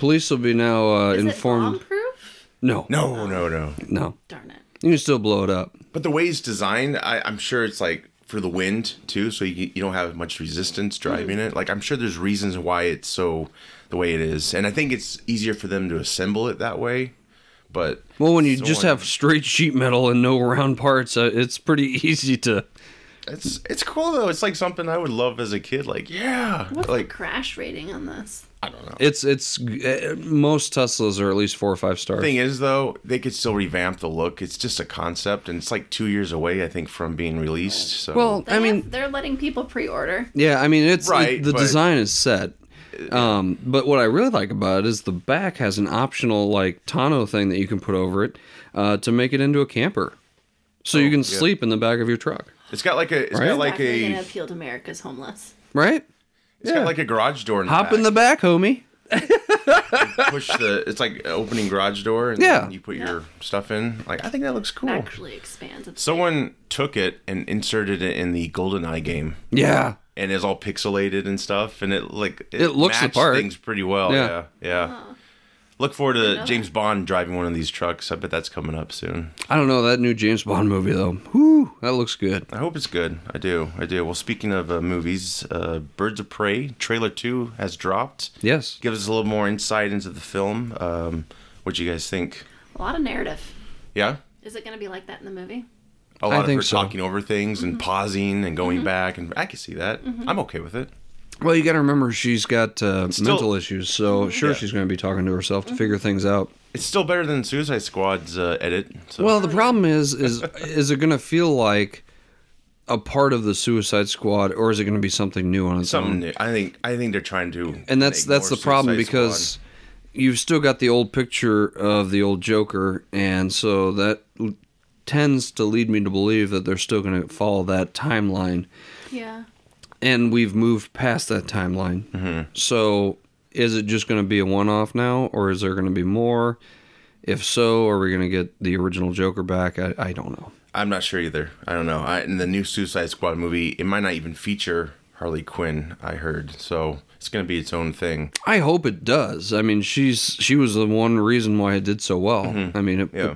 C: Police will be now uh,
B: Is
C: informed.
B: it bomb-proof?
C: No,
A: No, no, no.
C: no,
B: Darn it!
C: you can still blow it up.
A: But the way it's designed, I, I'm sure it's like for the wind too, so you, you don't have much resistance driving it. Like I'm sure there's reasons why it's so the way it is, and I think it's easier for them to assemble it that way. But
C: Well, when you
A: So
C: just
A: I-
C: have straight sheet metal and no round parts, uh, it's pretty easy to.
A: it's it's cool though. It's like something I would love as a kid. Like yeah,
B: What's
A: like
B: the crash rating on this?
A: I don't know.
C: It's it's uh, most Teslas are at least four or five stars.
A: Thing is though, they could still revamp the look. It's just a concept, and it's like two years away, I think, from being released. So
C: well,
B: They
C: I
B: have-
C: mean,
B: they're letting people pre-order.
C: yeah, I mean, it's it-
A: Right,
C: the
A: but-
C: design is set. Um, but what I really like about it is the back has an optional like tonneau thing that you can put over it uh, to make it into a camper, so you can sleep in the back of your truck,
A: it's got like a it's
C: Right?
A: got like
B: Definitely
A: a
B: gonna appeal to America's homeless.
C: right?
A: it's got like a garage door. In the
C: Hop in the back, homie.
A: push the it's like an opening garage door and
C: Yeah.
A: then you put your stuff in like i think that looks cool
B: Actually expands. It's
A: someone took it and inserted it in the goldeneye game
C: Yeah,
A: and it's all pixelated and stuff and it like
C: It looks the
A: matched
C: part.
A: things pretty well
C: Yeah.
A: yeah yeah, look forward to
B: know
A: james bond driving one of these trucks i bet that's coming up soon
C: I don't know that new James Bond movie though. Whew, that looks good.
A: i hope it's good i do i do well speaking of uh, movies uh, birds of prey trailer 2 has dropped
C: Yes.
A: gives us a little more insight into the film um, what do you guys think
B: a lot of narrative.
A: yeah
B: Is it gonna be like that in the movie?
A: a
C: I
A: lot
C: think
A: of her
C: so.
A: talking over things and pausing and going back and I can see that. I'm okay with it.
C: Well, you got to remember she's got uh,
A: Still-
C: mental issues, so sure
A: Yeah.
C: she's going to be talking to herself to figure things out.
A: It's still better than Suicide Squad's uh, edit. So
C: Well, the problem is, is is it going to feel like a part of the Suicide Squad, or is it going to be something new on its
A: something
C: own?
A: new. I think I think they're trying to
C: And that's
A: make
C: that's
A: more
C: the problem
A: Suicide
C: because
A: Squad.
C: you've still got the old picture of the old Joker, and so that l- tends to lead me to believe that they're still going to follow that timeline.
B: Yeah.
C: and we've moved past that timeline.
A: Mm-hmm.
C: So is it just going to be a one-off now, or is there going to be more? If so, are we going to get the original Joker back? I, I don't know.
A: I'm not sure either. I don't know. I, in the new Suicide Squad movie, it might not even feature Harley Quinn, I heard. So it's going to be its own thing.
C: I hope it does. I mean, she's she was the one reason why it did so well. I mean, it,
A: Mm-hmm. Yeah.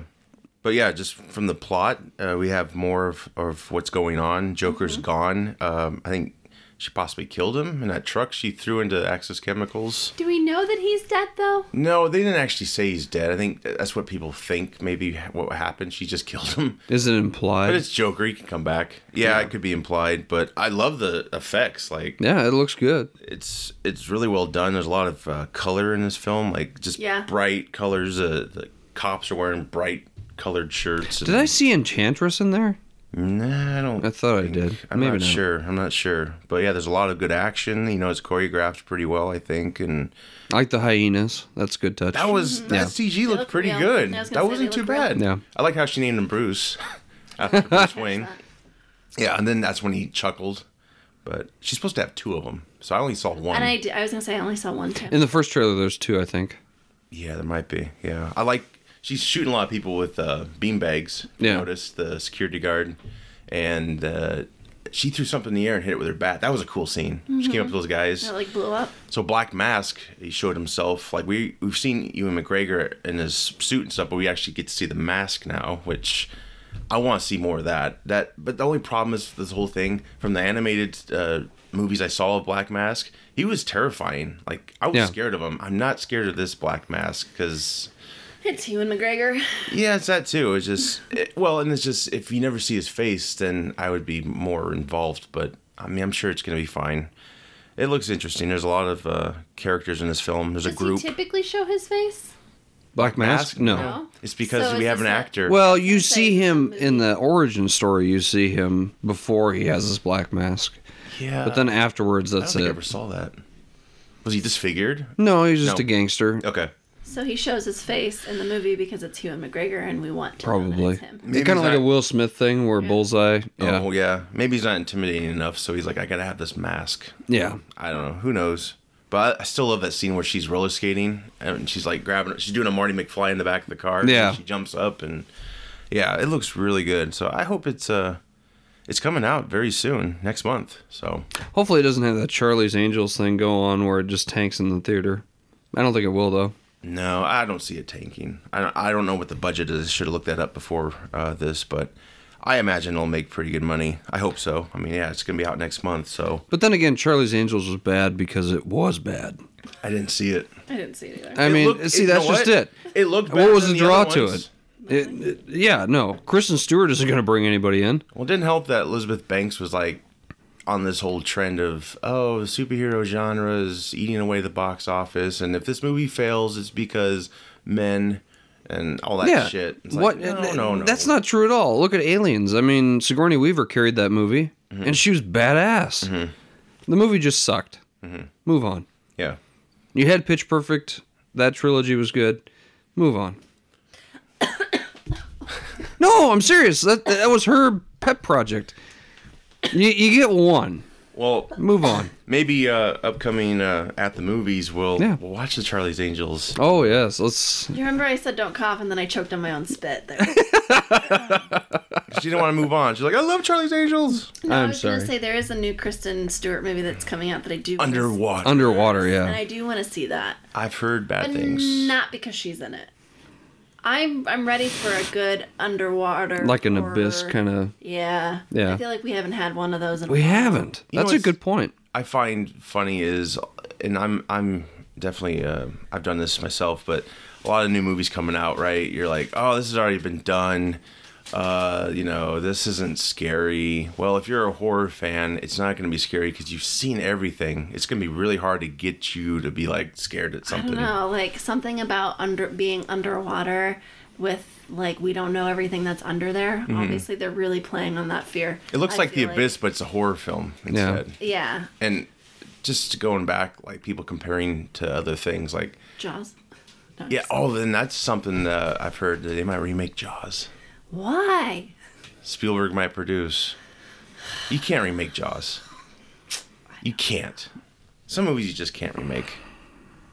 A: But yeah, just from the plot, uh, we have more of, of what's going on. Joker's gone. Um, I think she possibly killed him in that truck she threw into Access Chemicals.
B: Do we know that he's dead though?
A: No, they didn't actually say he's dead. I think that's what people think. Maybe what happened. She just killed him.
C: is it implied?
A: But it's Joker. He can come back. Yeah, it could be implied. But I love the effects. Like
C: yeah, it looks good.
A: it's it's really well done. There's a lot of uh, color in this film. Like just
B: Yeah.
A: bright colors. Uh, the cops are wearing bright colored shirts.
C: Did I see Enchantress in there?
A: Nah, I don't.
C: I thought I did.
A: I'm
C: Maybe
A: not,
C: not.
A: sure. I'm not sure. But yeah, there's a lot of good action. You know, it's choreographed pretty well. I think and.
C: I like the hyenas. That's a good touch.
A: That was that CG looked
B: looked
A: pretty
B: Mm-hmm. real.
A: good.
B: I was gonna
A: that
B: say
A: wasn't
B: they
A: too
B: looked real.
A: bad.
C: Yeah.
A: I like how she named him Bruce after Bruce Wayne. Yeah, and then that's when he chuckled. But she's supposed to have two of them, so I only saw one.
B: And I, d- I was gonna say I only saw one too.
C: in the first trailer. There's two, I think.
A: yeah, there might be. Yeah, I like she's shooting a lot of people with uh, beanbags. if you
C: Yeah.
A: notice the security guard and uh, she threw something in the air and hit it with her bat. That was a cool scene. She came up
B: Mm-hmm.
A: to those guys.
B: It like blew up.
A: So Black Mask, he showed himself. Like we we've seen Ewan McGregor in his suit and stuff, but we actually get to see the mask now, which I want to see more of that. That, but the only problem is this whole thing from the animated uh, movies I saw of Black Mask. He was terrifying. Like I was
C: Yeah.
A: scared of him. I'm not scared of this Black Mask because
B: It's Ewan McGregor.
A: yeah, it's that too. It's just it, well, and it's just if you never see his face, then I would be more involved. But I mean, I'm sure it's gonna be fine. It looks interesting. There's a lot of uh, characters in this film. There's a
B: Does
A: group.
B: he typically show his face?
C: Black Mask? No.
B: No.
A: It's because
B: So
A: we
B: is
A: have an
B: this a-
A: actor.
C: Well, you
B: Say
C: see him
B: movie.
C: in the origin story. You see him before he has his black mask,
A: yeah,
C: but then
A: I
C: afterwards,
A: don't
C: that's
A: think I
C: it.
A: ever saw that. Was he disfigured?
C: No, he's just
A: No.
C: a gangster.
A: Okay.
B: So he shows his face in the movie because it's Ewan McGregor and we want to know that
C: Probably.
B: it's him.
A: Maybe he's
C: kind of like
A: not-
C: a Will Smith thing where Bullseye. Yeah.
A: Oh yeah. Maybe he's not intimidating enough, so he's like, I gotta have this mask.
C: Yeah.
A: I don't know. Who knows? But I I still love that scene where she's roller skating and she's like grabbing. She's doing a Marty McFly in the back of the car. and
C: Yeah.
A: she jumps up and yeah, it looks really good. So I hope it's uh, it's coming out very soon next month. So
C: Hopefully, it doesn't have that Charlie's Angels thing go on where it just tanks in the theater. I don't think it will though.
A: no, I don't see it tanking. I don't, I don't know what the budget is. I should have looked that up before uh, this, but I imagine it'll make pretty good money. I hope so. I mean, yeah, it's gonna be out next month. So
C: But then again, Charlie's Angels was bad because it was bad.
A: I didn't see it.
B: I didn't see it either.
C: I
A: It
C: mean,
A: looked-
C: see,
A: you know
C: that's
A: what?
C: just it.
A: It looked.
C: What
A: better
C: was
A: than
C: the draw
A: other
C: to
A: ones.
C: it? It- it- Yeah, no. Kristen Stewart isn't going to bring anybody in.
A: Well, it didn't help that Elizabeth Banks was like on this whole trend of oh, the superhero genre is eating away the box office, and if this movie fails, it's because men and all that
C: yeah.
A: shit. It's like,
C: what?
A: No, no, no.
C: That's not true at all. Look at Aliens. I mean, Sigourney Weaver carried that movie,
A: Mm-hmm.
C: and she was badass. The movie just sucked.
A: Mm-hmm.
C: Move on.
A: Yeah.
C: You had Pitch Perfect. That trilogy was good. Move on. no, I'm serious. That that was her pet project. You, you get one.
A: Well,
C: Move on.
A: maybe uh, upcoming uh, at the movies we'll,
C: Yeah.
A: we'll watch the Charlie's Angels.
C: Oh yes, let's.
B: You remember I said don't cough and then I choked on my own spit there.
A: She didn't want to move on. She's like, I love Charlie's Angels.
B: No,
C: I'm
B: I was
C: sorry.
B: gonna say there is a new Kristen Stewart movie that's coming out that I do wanna see-
A: Underwater.
C: Underwater,
B: and
C: yeah.
B: I do want to see that.
A: I've heard bad
B: And
A: things.
B: Not because she's in it. I'm I'm ready for a good underwater
C: Like an
B: horror.
C: abyss kind of.
B: Yeah.
C: Yeah.
B: I feel like we haven't had one of those in a
C: We
B: while.
C: haven't.
A: You know,
C: That's a
A: it's-
C: good point.
A: I find funny is, and I'm I'm definitely uh, I've done this myself, but a lot of new movies coming out, right? You're like, oh, this has already been done. Uh, you know, this isn't scary. Well, if you're a horror fan, it's not going to be scary because you've seen everything. It's going to be really hard to get you to be like scared at
B: I don't
A: something.
B: know, like something about under being underwater with like we don't know everything that's under there. Obviously they're really playing on that fear.
A: Mm-hmm. It looks
B: I
A: like The
B: feel
A: Abyss, but it's a horror film instead.
B: Yeah.
A: And just going back, like people comparing to other things, like
B: Jaws. No, I'm
A: yeah,
B: just-
A: oh, then that's something uh, I've heard that they might remake Jaws.
B: Why?
A: Spielberg might produce. You can't remake Jaws. You can't. Some movies you just can't remake.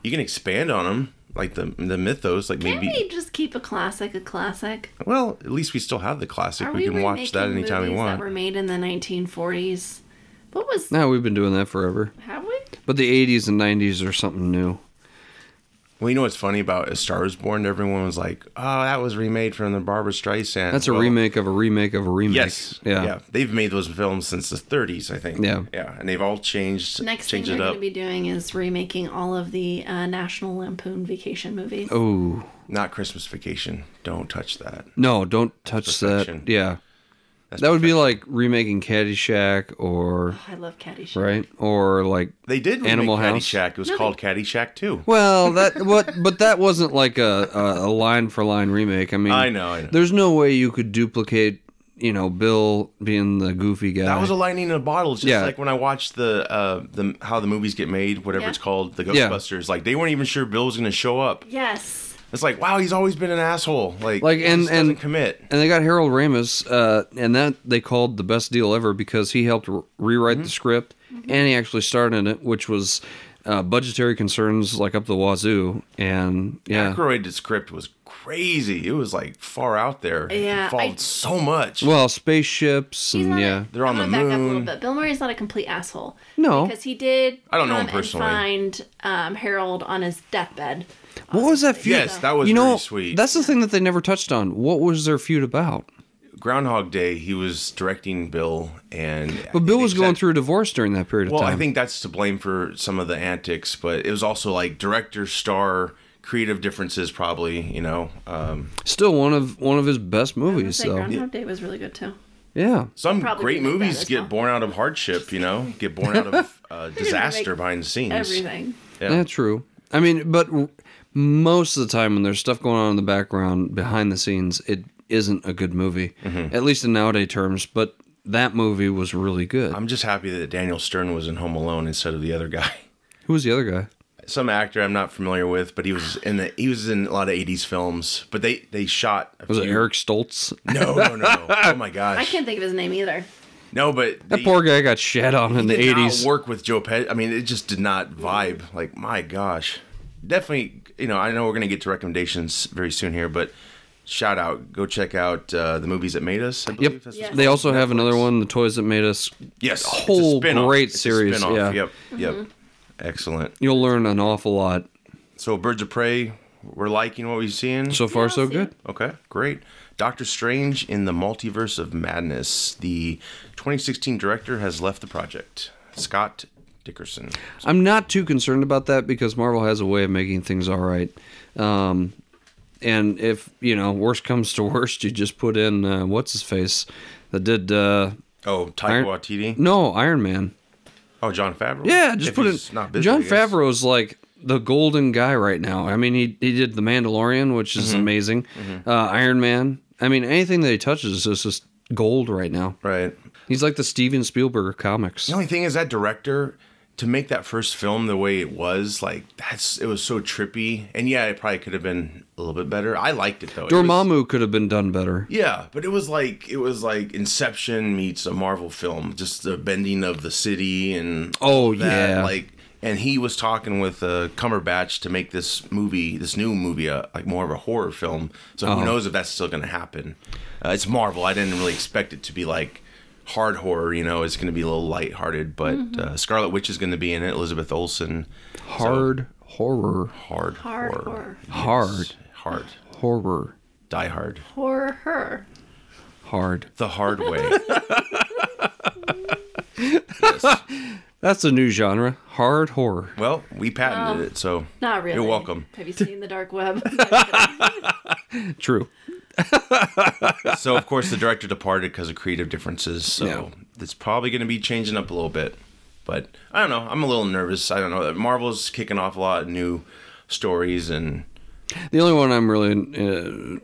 A: You can expand on them, like the the mythos, like
B: Can't
A: maybe.
B: we just keep a classic a classic?
A: Well, at least we still have the classic.
B: Are
A: We,
B: we,
A: can watch that
B: remaking
A: anytime we
B: movies
A: want.
B: That were made in the 1940s. What was?
C: No, we've been doing that forever.
B: Have we?
C: But the 80s and 90s are something new.
A: Well, you know what's funny about A Star Is Born? Everyone was like, "Oh, that was remade from the Barbara Streisand."
C: That's a
A: Well,
C: remake of a remake of a remake.
A: Yes.
C: Yeah.
A: They've made those films since the 30s, I think.
C: Yeah.
A: Yeah, and they've all changed.
B: Next thing
A: changed
B: they're
A: it
B: going
A: up.
B: to be doing is remaking all of the uh, National Lampoon Vacation movies.
C: Oh
A: Not Christmas Vacation. Don't touch that.
C: no! Don't touch
A: Perfection.
C: that. Yeah.
A: That's
C: That would be like remaking Caddyshack or
B: I love Caddyshack.
C: right or like
A: They did remake
C: Animal House.
A: Caddyshack. It was called Caddyshack too.
C: well that what but that wasn't like a, a, a line for line remake. I mean,
A: I know, I know.
C: There's no way you could duplicate you know Bill being the goofy guy.
A: That was a lightning in a bottle. It's Just
C: Yeah.
A: like when I watched the uh, the how the movies get made, whatever
B: Yeah.
A: it's called, the
C: Yeah.
A: Ghostbusters. Like they weren't even sure Bill was going to show up.
B: Yes.
A: It's like wow, he's always been an asshole. Like
C: Like,
A: he
C: and-
A: just doesn't
C: and-
A: commit.
C: and they got Harold Ramis, uh, and that they called the
A: Mm-hmm.
C: best deal ever because he helped re- rewrite the script and he actually starred in it, which was uh, budgetary concerns like up the wazoo, and yeah.
A: Ackroyd's script was crazy. It was like far out there.
B: Yeah, I-
A: involved so much.
C: Well, spaceships
B: He's
C: and
B: not a-
C: yeah,
A: They're on
B: I wanna
A: the
B: back up a little
A: moon.
B: bit. Bill Murray's not a complete asshole.
C: No.
B: because he did.
A: I don't know
B: come
A: him personally.
B: And find um, Harold on his deathbed.
C: what was that feud?
A: yes, that was
C: you know,
A: really sweet.
C: that's the thing that they never touched on. What was their feud about?
A: Groundhog Day. He was directing Bill, and
C: But Bill was going through a divorce during that period of
A: Well,
C: time.
A: I think that's to blame for some of the antics, but it was also like director, star, creative differences, probably. You know, um,
C: still one of one of his best
B: I
C: movies,
B: was
C: though.
B: like, Groundhog Day was really good too.
C: yeah,
A: some
B: Probably
A: great
B: remake that
A: movies
B: as
A: get
B: well.
A: born out of hardship. You know, get born out of uh, disaster behind the scenes.
B: Everything.
A: Yeah.
C: that's true. I mean, but r- most of the time when there's stuff going on in the background behind the scenes, it isn't a good movie,
A: Mm-hmm.
C: at least in nowadays terms. But that movie was really good.
A: I'm just happy that Daniel Stern was in Home Alone instead of the other guy.
C: Who was the other guy?
A: Some actor I'm not familiar with, but he was in the he was in a lot of '80s films. But they they shot. A
C: Was it
A: few-
C: Eric Stoltz?
A: No, no, no. oh my gosh.
B: I can't think of his name either.
A: No, but
C: That poor guy got shat on in the
A: did not
C: 80s.
A: work with Joe Pet. I mean, it just did not vibe. Like, my gosh, definitely. You know, I know we're gonna get to recommendations very soon here, but shout out, go check out uh, the movies that made us. I believe
C: Yep.
A: that's
B: Yes.
A: what's
C: They
A: called.
C: also have another one, The Toys That Made Us.
A: yes, it's a
C: whole
A: spin-off.
C: great
A: It's a
C: series,
A: spin-off.
C: yeah.
A: Yep, yep, excellent.
C: You'll learn an awful lot.
A: So, Birds of Prey, we're liking what we're seeing.
C: So far,
B: I'll
C: so
B: see
C: good.
A: Okay, great. Doctor Strange in the Multiverse of Madness. The 2016 director has left the project. Scott Dickerson.
C: I'm not too concerned about that because Marvel has a way of making things all right. Um, and if you know, worst comes to worst, you just put in uh, what's his face that did uh,
A: Oh, Taika
C: Iron-
A: Waititi.
C: no Iron Man.
A: Oh, John Favreau.
C: Yeah, just
A: If
C: put
A: he's
C: in
A: not busy,
C: John
A: I guess.
C: Favreau's like the golden guy right now. I mean, he he did The Mandalorian, which is
A: Mm-hmm.
C: amazing. Uh, Iron Man. I mean, anything that he touches is just gold right now.
A: Right.
C: He's like the Steven Spielberg of comics.
A: The only thing is that director to make that first film the way it was, like that's it was so trippy. And yeah, it probably could have been a little bit better. I liked it though. It was-
C: Dormammu could have been done better.
A: yeah, but it was like it was like Inception meets a Marvel film, just the bending of the city and
C: Oh,
A: that,
C: yeah.
A: like and he was talking with uh, Cumberbatch to make this movie, this new movie, uh, like more of a horror film. So
C: Oh.
A: who knows if that's still going to happen? Uh, it's Marvel. I didn't really expect it to be like hard horror. You know, it's going to be a little lighthearted. But
B: Mm-hmm.
A: uh, Scarlet Witch is going to be in it. Elizabeth Olsen.
C: Hard horror.
A: Hard,
B: Hard
A: horror.
B: horror.
C: Hard
A: Hard.
C: horror.
A: Die Hard.
B: Horror. Her.
C: Hard.
A: The hard way.
C: That's a new genre. Hard horror.
A: well, we patented it, so
B: Not really.
A: You're welcome.
B: Have you seen the dark web?
C: True.
A: so of course the director departed because of creative differences so
C: Yeah.
A: it's probably going to be changing up a little bit but i don't know i'm a little nervous i don't know marvel's kicking off a lot of new stories and
C: The only one I'm really uh,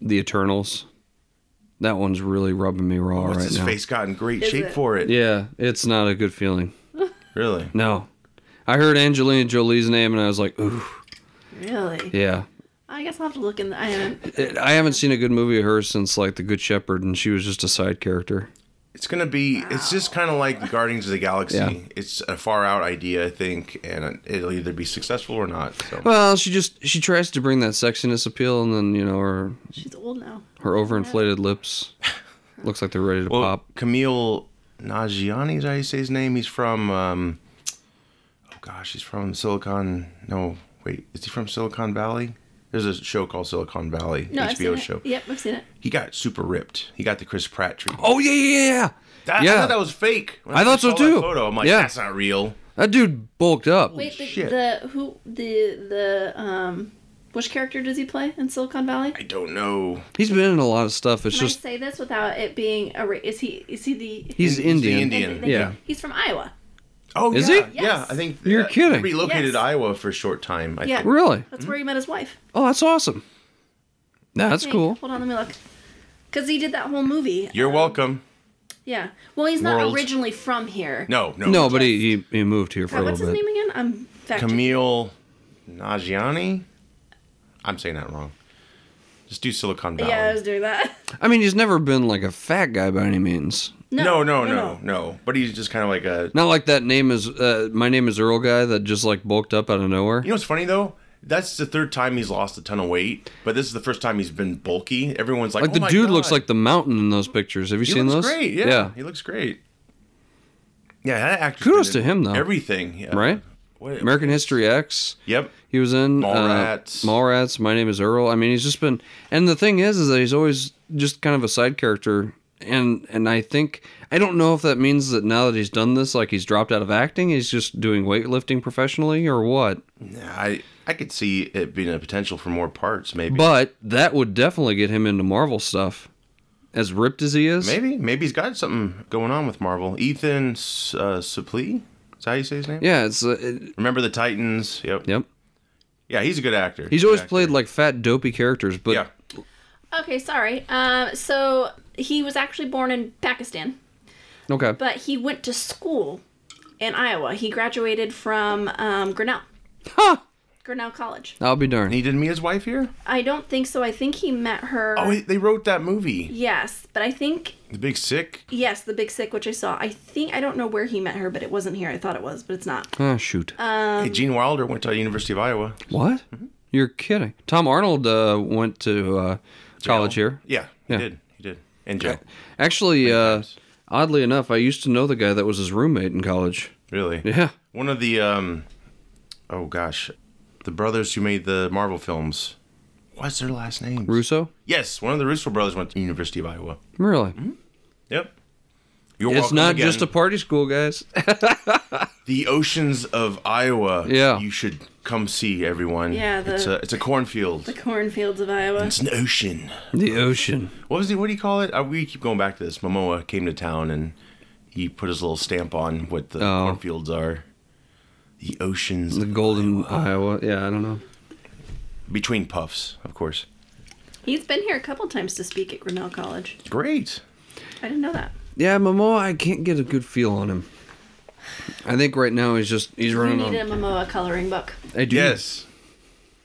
C: the Eternals. That one's really rubbing me raw
A: what's
C: right
A: his
C: now.
A: face got in great
B: Is
A: shape
B: it?
A: for it
C: Yeah, it's not a good feeling.
A: really
C: No. I heard Angelina Jolie's name and I was like, ooh,
B: really?
C: yeah.
B: I guess I'll have to look in. The, I haven't.
C: It- I haven't seen a good movie of hers since like The Good Shepherd, and she was just a side character.
A: it's going to be it's just kind of like guardians of the galaxy
C: Yeah.
A: it's a far out idea i think and it'll either be successful or not so
C: Well, she just she tries to bring that sexiness appeal, and then you know her
B: She's old now.
C: her overinflated lips looks like they're ready to
A: well,
C: pop.
A: camille Nagiani is how you say his name he's from um oh gosh he's from silicon no wait is he from silicon valley there's a show called silicon valley
B: No, I've seen
A: hbo
B: it.
A: show
B: Yep, I've seen it.
A: he got super ripped he got the chris pratt treatment
C: Oh yeah, yeah, yeah, yeah.
A: that, i
C: yeah.
A: thought that was fake When
C: I thought so
A: saw
C: too.
A: that photo i'm like
C: Yeah.
A: that's not real
C: That dude bulked up.
B: Wait, the,
A: shit.
B: the who the the um which character does he play in Silicon Valley?
A: i don't know
C: He's been in a lot of stuff. It's
B: Can
C: just
B: I say this without it being a? ra- Is he is he the?
C: he's
A: He's the
C: Indian.
A: Indian.
B: they- they-
C: yeah.
B: He's from Iowa.
A: oh
C: Is
A: yeah.
C: he?
A: yeah
B: Yes.
A: i think
C: You're
A: uh,
C: kidding.
A: he relocated
B: Yes.
A: to iowa for a short time i
B: Yeah.
A: think
C: Really?
B: That's where he met his wife.
C: Oh, that's awesome. That's
B: Hey,
C: cool.
B: Hold on, let me look. Because he did that whole movie.
A: you're welcome
B: Yeah. Well, he's not
A: World.
B: originally from here.
A: no no
C: No, but he, he he moved here for
B: God,
C: a
B: what's
C: little
B: his
C: bit.
B: name again? I'm fact
A: Camille Nagiani. I'm saying that wrong. Just do Silicon Valley.
B: Yeah, I was doing that.
C: I mean, he's never been like a fat guy by any means.
A: no, no, no, no, But he's just kind of like a.
C: Not like that name is uh, my name is Earl guy that just like bulked up out of nowhere.
A: You know what's funny though? That's the third time he's lost a ton of weight, but this is the first time he's been bulky. Everyone's like,
C: Like
A: "Oh
C: the
A: my
C: dude looks
A: God."
C: like the mountain in those pictures. Have you
A: He
C: seen
A: looks
C: those?
A: great. Yeah, he looks great. Yeah, that actor.
C: Kudos to him, though.
A: Everything, yeah.
C: Right?
A: What-
C: American History X.
A: Yep.
C: He was in uh,
A: Mallrats.
C: Mallrats. My name is Earl. I mean, he's just been. And the thing is, is that he's always just kind of a side character. And and I think I don't know if that means that now that he's done this, like he's dropped out of acting, he's just doing weightlifting professionally or what.
A: I I could see it being a potential for more parts, maybe.
C: But that would definitely get him into Marvel stuff. As ripped as he is,
A: maybe maybe he's got something going on with Marvel. Ethan S- uh, Suplee. Is that how you say his name?
C: yeah, it's uh, it,
A: Remember the Titans? Yep.
C: yep.
A: Yeah, he's a good actor.
C: He's
A: Good
C: always
A: actor.
C: played like fat, dopey characters, but
A: Yeah.
B: Okay, sorry. Um, so he was actually born in Pakistan,
C: okay,
B: but he went to school in Iowa. He graduated from um, Grinnell.
C: Huh.
B: Grinnell College.
C: I'll be darned.
A: And he didn't meet his wife here.
B: I don't think so. I think he met her.
A: Oh, he- they wrote that movie,
B: yes, but I think
A: The Big Sick.
B: yes, the Big Sick, which I saw. I think I don't know where he met her, but it wasn't here. I thought it was, but it's not.
C: Ah, shoot.
A: hey, Gene Wilder went to University of Iowa.
C: What?
A: Mm-hmm.
C: You're kidding. Tom Arnold uh, went to uh, college here.
A: Yeah, he
C: Yeah.
A: did. He did. And Joe.
C: Actually, uh,
A: times.
C: oddly enough, I used to know the guy that was his roommate in college.
A: Really?
C: Yeah.
A: One of the um oh gosh. The brothers who made the Marvel films. What's their last name?
C: Russo?
A: Yes, one of the Russo brothers went to University of Iowa.
C: Really?
A: Yep. You're
C: It's
A: Mm-hmm. welcome
C: not
A: again.
C: just a party school, guys.
A: the oceans of Iowa.
C: Yeah.
A: you should come see everyone.
B: Yeah, the-
A: it's a it's a cornfield.
B: The cornfields of Iowa.
A: It's an ocean.
C: the ocean.
A: What was he? What do you call it? Uh, we keep going back to this. Momoa came to town and he put his little stamp on what the
C: Oh.
A: cornfields are. The oceans
C: The golden Iowa. Yeah, I don't know.
A: between puffs, of course.
B: He's been here a couple times to speak at Grinnell College.
A: Great.
B: I didn't know that.
C: Yeah, Momoa, I can't get a good feel on him. I think right now he's just he's
B: You
C: running
B: need a
C: on.
B: Momoa coloring book.
C: I do.
A: Yes.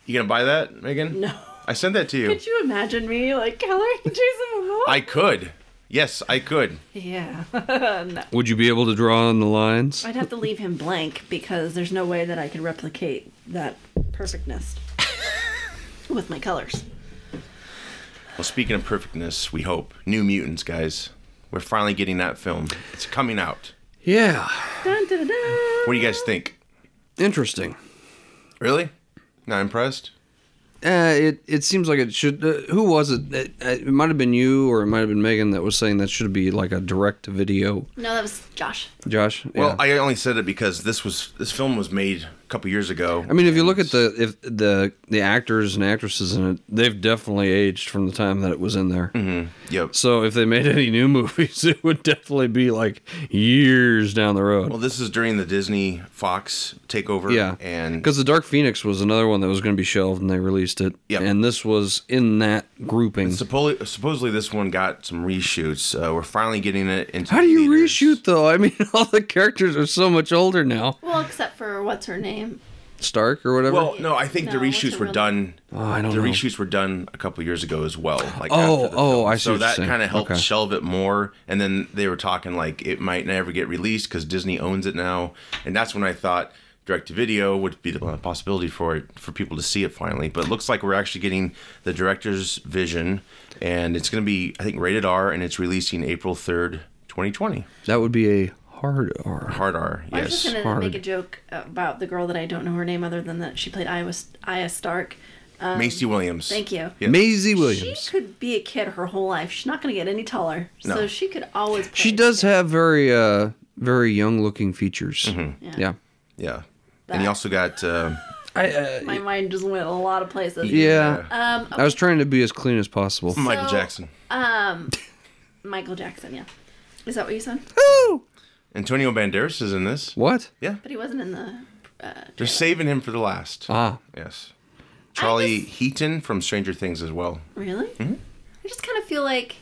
A: You gonna buy that, Megan?
B: No.
A: I sent that to you.
B: Could you imagine me like coloring Jason Momoa?
A: I could. Yes, I could.
B: yeah. no.
C: Would you be able to draw on the lines?
B: I'd have to leave him blank because there's no way that I could replicate that perfectness with my colors.
A: Well, speaking of perfectness, we hope New Mutants, guys. We're finally getting that film. It's coming out.
C: Yeah.
B: Dun, dun, dun, dun.
A: What do you guys think?
C: Interesting.
A: Really? Not impressed?
C: Uh, it it seems like it should. Uh, who was it? It, it might have been you, or it might have been Megan that was saying that should be like a direct video.
B: No, that was Josh.
C: Josh.
A: Well,
C: Yeah.
A: I only said it because this was this film was made a couple years ago.
C: I mean, if you look at the if the the actors and actresses in it, they've definitely aged from the time that it was in there.
A: Mm-hmm. yep.
C: So if they made any new movies, it would definitely be like years down the road.
A: Well, this is during the Disney Fox takeover.
C: yeah,
A: and
C: because the Dark Phoenix was another one that was going to be shelved, and they released it.
A: Yeah.
C: and this was in that grouping.
A: supposedly, supposedly this one got some reshoots. Uh, we're finally getting it into.
C: How do you
A: theaters.
C: reshoot though? I mean, all the characters are so much older now.
B: Well, except for what's her name?
C: Stark or whatever.
A: Well, no, I think the
B: No, what's
A: reshoots
B: her
A: were
B: real
A: done.
C: Oh, I don't
A: the
C: know.
A: reshoots were done a couple years ago as well. Like
C: Oh,
A: after the
C: oh,
A: film.
C: I see
A: So
C: what you're
A: that
C: saying.
A: kind of helped
C: Okay.
A: shelve it more. And then they were talking like it might never get released because Disney owns it now. And that's when I thought direct to video would be the uh, possibility for it for people to see it finally. But it looks like we're actually getting the director's vision, and it's going to be I think rated R, and it's releasing April third, twenty twenty.
C: that would be a hard R.
A: Hard R,
B: I was just
A: yes.
B: gonna
C: hard.
B: make a joke about the girl that I don't know her name other than that she played Iowa Aya Stark.
A: Macy Williams.
B: um, Thank you.
A: Yeah.
C: Maisie
B: She
C: Williams.
B: could be a kid her whole life. She's not gonna get any taller, so she could always. Play
C: She, does have very uh very young looking features.
A: Mm-hmm.
C: Yeah.
A: Yeah, and you also got. Uh,
C: I uh,
B: My mind just went a lot of places.
C: yeah.
B: Um,
C: I was trying to be as clean as possible.
A: Michael
B: So-
A: Jackson.
B: Michael Jackson. Yeah, is that what you said?
C: Woo!
A: Antonio Banderas is in this.
C: What?
A: Yeah.
B: But he wasn't in the. uh,
A: They're saving him for the last.
C: Ah.
A: Yes. Charlie Heaton from Stranger Things as well.
B: Really? I just kind of feel like,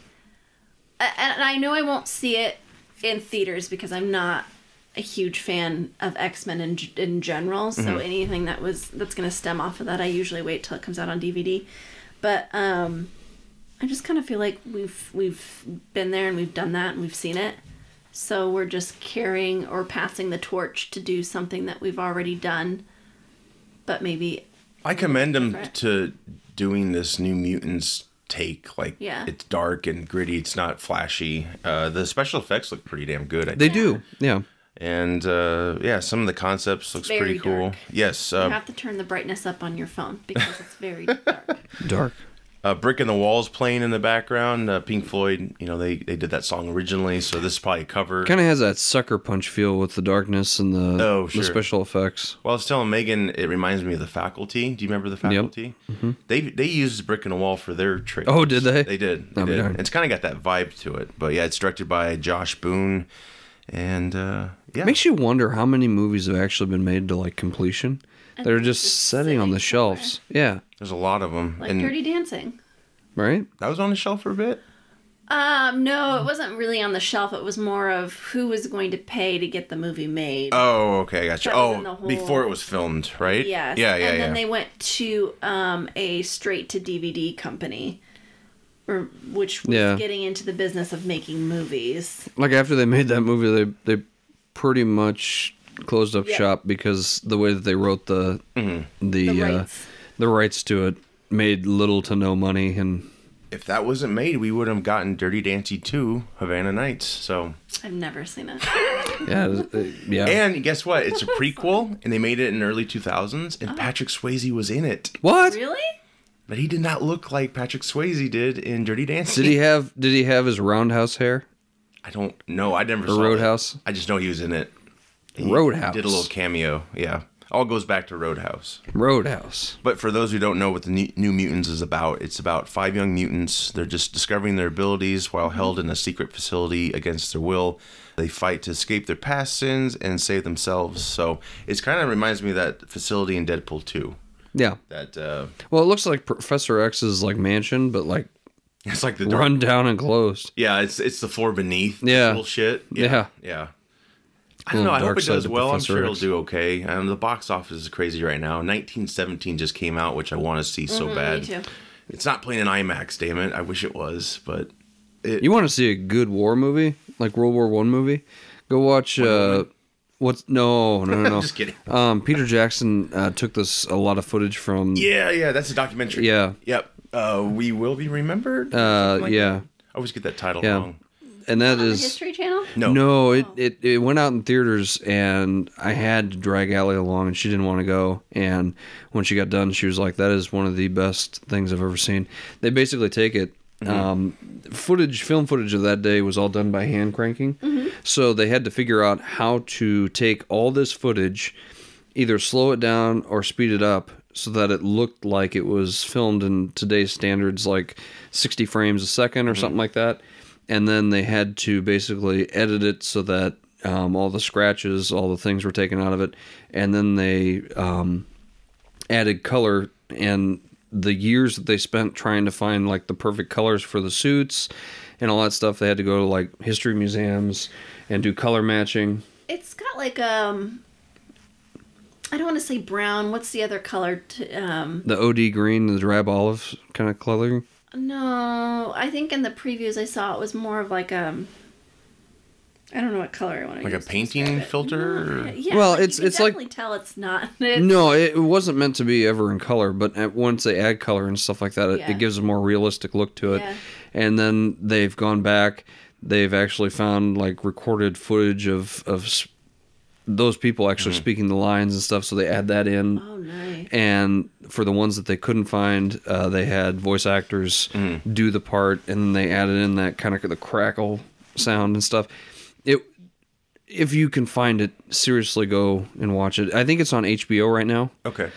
B: a- and I know I won't see it in theaters because I'm not a huge fan of X Men in g- in general. So anything that was that's going to stem off of that, I usually wait till it comes out on DVD. But um, I just kind of feel like we've we've been there and we've done that and we've seen it. So we're just carrying or passing the torch to do something that we've already done, but maybe
A: I commend him
B: Different.
A: to doing this New Mutants take. Like,
B: Yeah.
A: it's dark and gritty. It's not flashy. Uh, the special effects look pretty damn good. I
C: They do. Yeah.
A: and uh, yeah, some of the concepts looks
B: very
A: pretty cool.
B: dark.
A: Yes,
B: you
A: uh,
B: have to turn the brightness up on your phone because it's very dark.
C: Dark.
A: uh, "Brick in the Walls" playing in the background. Uh, Pink Floyd, you know, they they did that song originally, so this is probably a cover.
C: Kind of has that sucker punch feel with the darkness and the,
A: Oh,
C: the
A: sure.
C: special effects.
A: Well, I was telling Megan, it reminds me of the faculty. Do you remember the faculty? They they used brick in a wall for their trick.
C: Mm-hmm. Oh, did they?
A: They did. They
C: I'll be
A: did.
C: darned.
A: It's kind of got that vibe to it. But yeah, it's directed by Josh Boone, and uh, yeah,
C: Makes you wonder how many movies have actually been made to like completion. that are just
B: just
C: sitting on
B: sitting
C: the shelves. Yeah.
A: there's a lot of them.
B: Like
A: and
B: Dirty Dancing.
C: Right?
A: that was on the shelf for a bit.
B: Um, no, it wasn't really on the shelf. It was more of who was going to pay to get the movie made.
A: Oh, okay, I got you.
B: That was in
A: Oh,
B: the
A: before
B: whole-
A: it was filmed, right?
B: Yes.
A: Yeah, yeah,
B: And
A: yeah.
B: then they went to um, a straight to DVD company, or, which was
C: Yeah.
B: getting into the business of making movies.
C: Like after they made that movie they they pretty much closed up
B: Yeah.
C: shop because the way that they wrote the
A: Mm-hmm.
C: the
B: The
C: uh,
B: rights.
C: the rights to it made little to no money and
A: If that wasn't made, we would have gotten Dirty Dancing 2, Havana Nights. So,
B: I've never seen it.
C: yeah, it was- it- yeah.
A: and guess what? It's a prequel, and they made it in early 2000s,
B: Uh-huh.
A: and Patrick Swayze was in it.
C: what?
B: really?
A: But he did not look like Patrick Swayze did in Dirty Dancing.
C: Did he have did he have his roundhouse hair?
A: I don't know. I never saw
C: Roadhouse?
A: It. I just know he was in it. He
C: Roadhouse.
A: did a little cameo. Yeah, all goes back to Roadhouse.
C: Roadhouse.
A: But for those who don't know what the New- New Mutants is about, it's about five young mutants. They're just discovering their abilities while held in a secret facility against their will. They fight to escape their past sins and save themselves. So it kind of reminds me of that facility in Deadpool 2.
C: Yeah.
A: That uh,
C: Well, it looks like Professor X's like mansion, but like
A: it's like the dark
C: run down and closed.
A: Yeah, it's it's the floor beneath.
C: Yeah.
A: Little shit.
C: Yeah.
A: Yeah. Yeah. I don't know.
C: Little
A: I hope
C: dark
A: it
C: side
A: does
C: to
A: well. I'm
C: Professor
A: sure it'll
C: X.
A: do okay. Um, the box office is crazy right now. 1917 just came out, which I want to see so bad.
B: Mm-hmm, Me too.
A: It's not playing in IMAX, damn it. I wish it was, but
C: You want to see a good war movie, like World War One movie? Go watch. Uh, what's no, no, no, no.
A: Just kidding.
C: Um, Peter Jackson uh, took this a lot of footage from.
A: yeah, yeah, that's a documentary.
C: Yeah.
A: Yep. Uh, we will be remembered. or
C: Uh,
A: something like
C: yeah,
A: that. I always get that title
C: Yeah.
A: wrong.
C: and that
B: On the
C: is
B: History Oh. Channel?
A: No.
C: no. It, it it went out in theaters, and I had to drag Allie along, and she didn't want to go. And when she got done, she was like, "That is one of the best things I've ever seen." They basically take it. Um, footage, film footage of that day was all done by hand cranking, so they had to figure out how to take all this footage, either slow it down or speed it up, so that it looked like it was filmed in today's standards, like 60 frames a second or something like that and then they had to basically edit it so that um, all the scratches, all the things were taken out of it, and then they um, added color and the years that they spent trying to find like the perfect colors for the suits and all that stuff. They had to go to like history museums and do color matching.
B: It's got like um I don't want to say brown. What's the other color? To, um,
C: The OD green, the drab olive kind of color.
B: no, I think in the previews I saw it was more of like um, I don't know what color I want to.
A: Like a
B: use to
A: painting
B: describe it.
A: filter? or-
B: Yeah,
C: Well,
B: like, you
C: it's-
B: can
C: it's like-
B: definitely tell it's not. It's,
C: No, it it wasn't meant to be ever in color, but at- once they add color and stuff like that, it,
B: Yeah.
C: it gives a more realistic look to it.
B: Yeah.
C: And then they've gone back, they've actually found like recorded footage of of s- those people actually speaking the lines and stuff, so they add that in.
B: Oh, nice.
C: And for the ones that they couldn't find, uh, they had voice actors do the part, and then they added in that kind of the crackle sound and stuff. It, if you can find it, seriously go and watch it. I think it's on HBO right now.
A: Okay.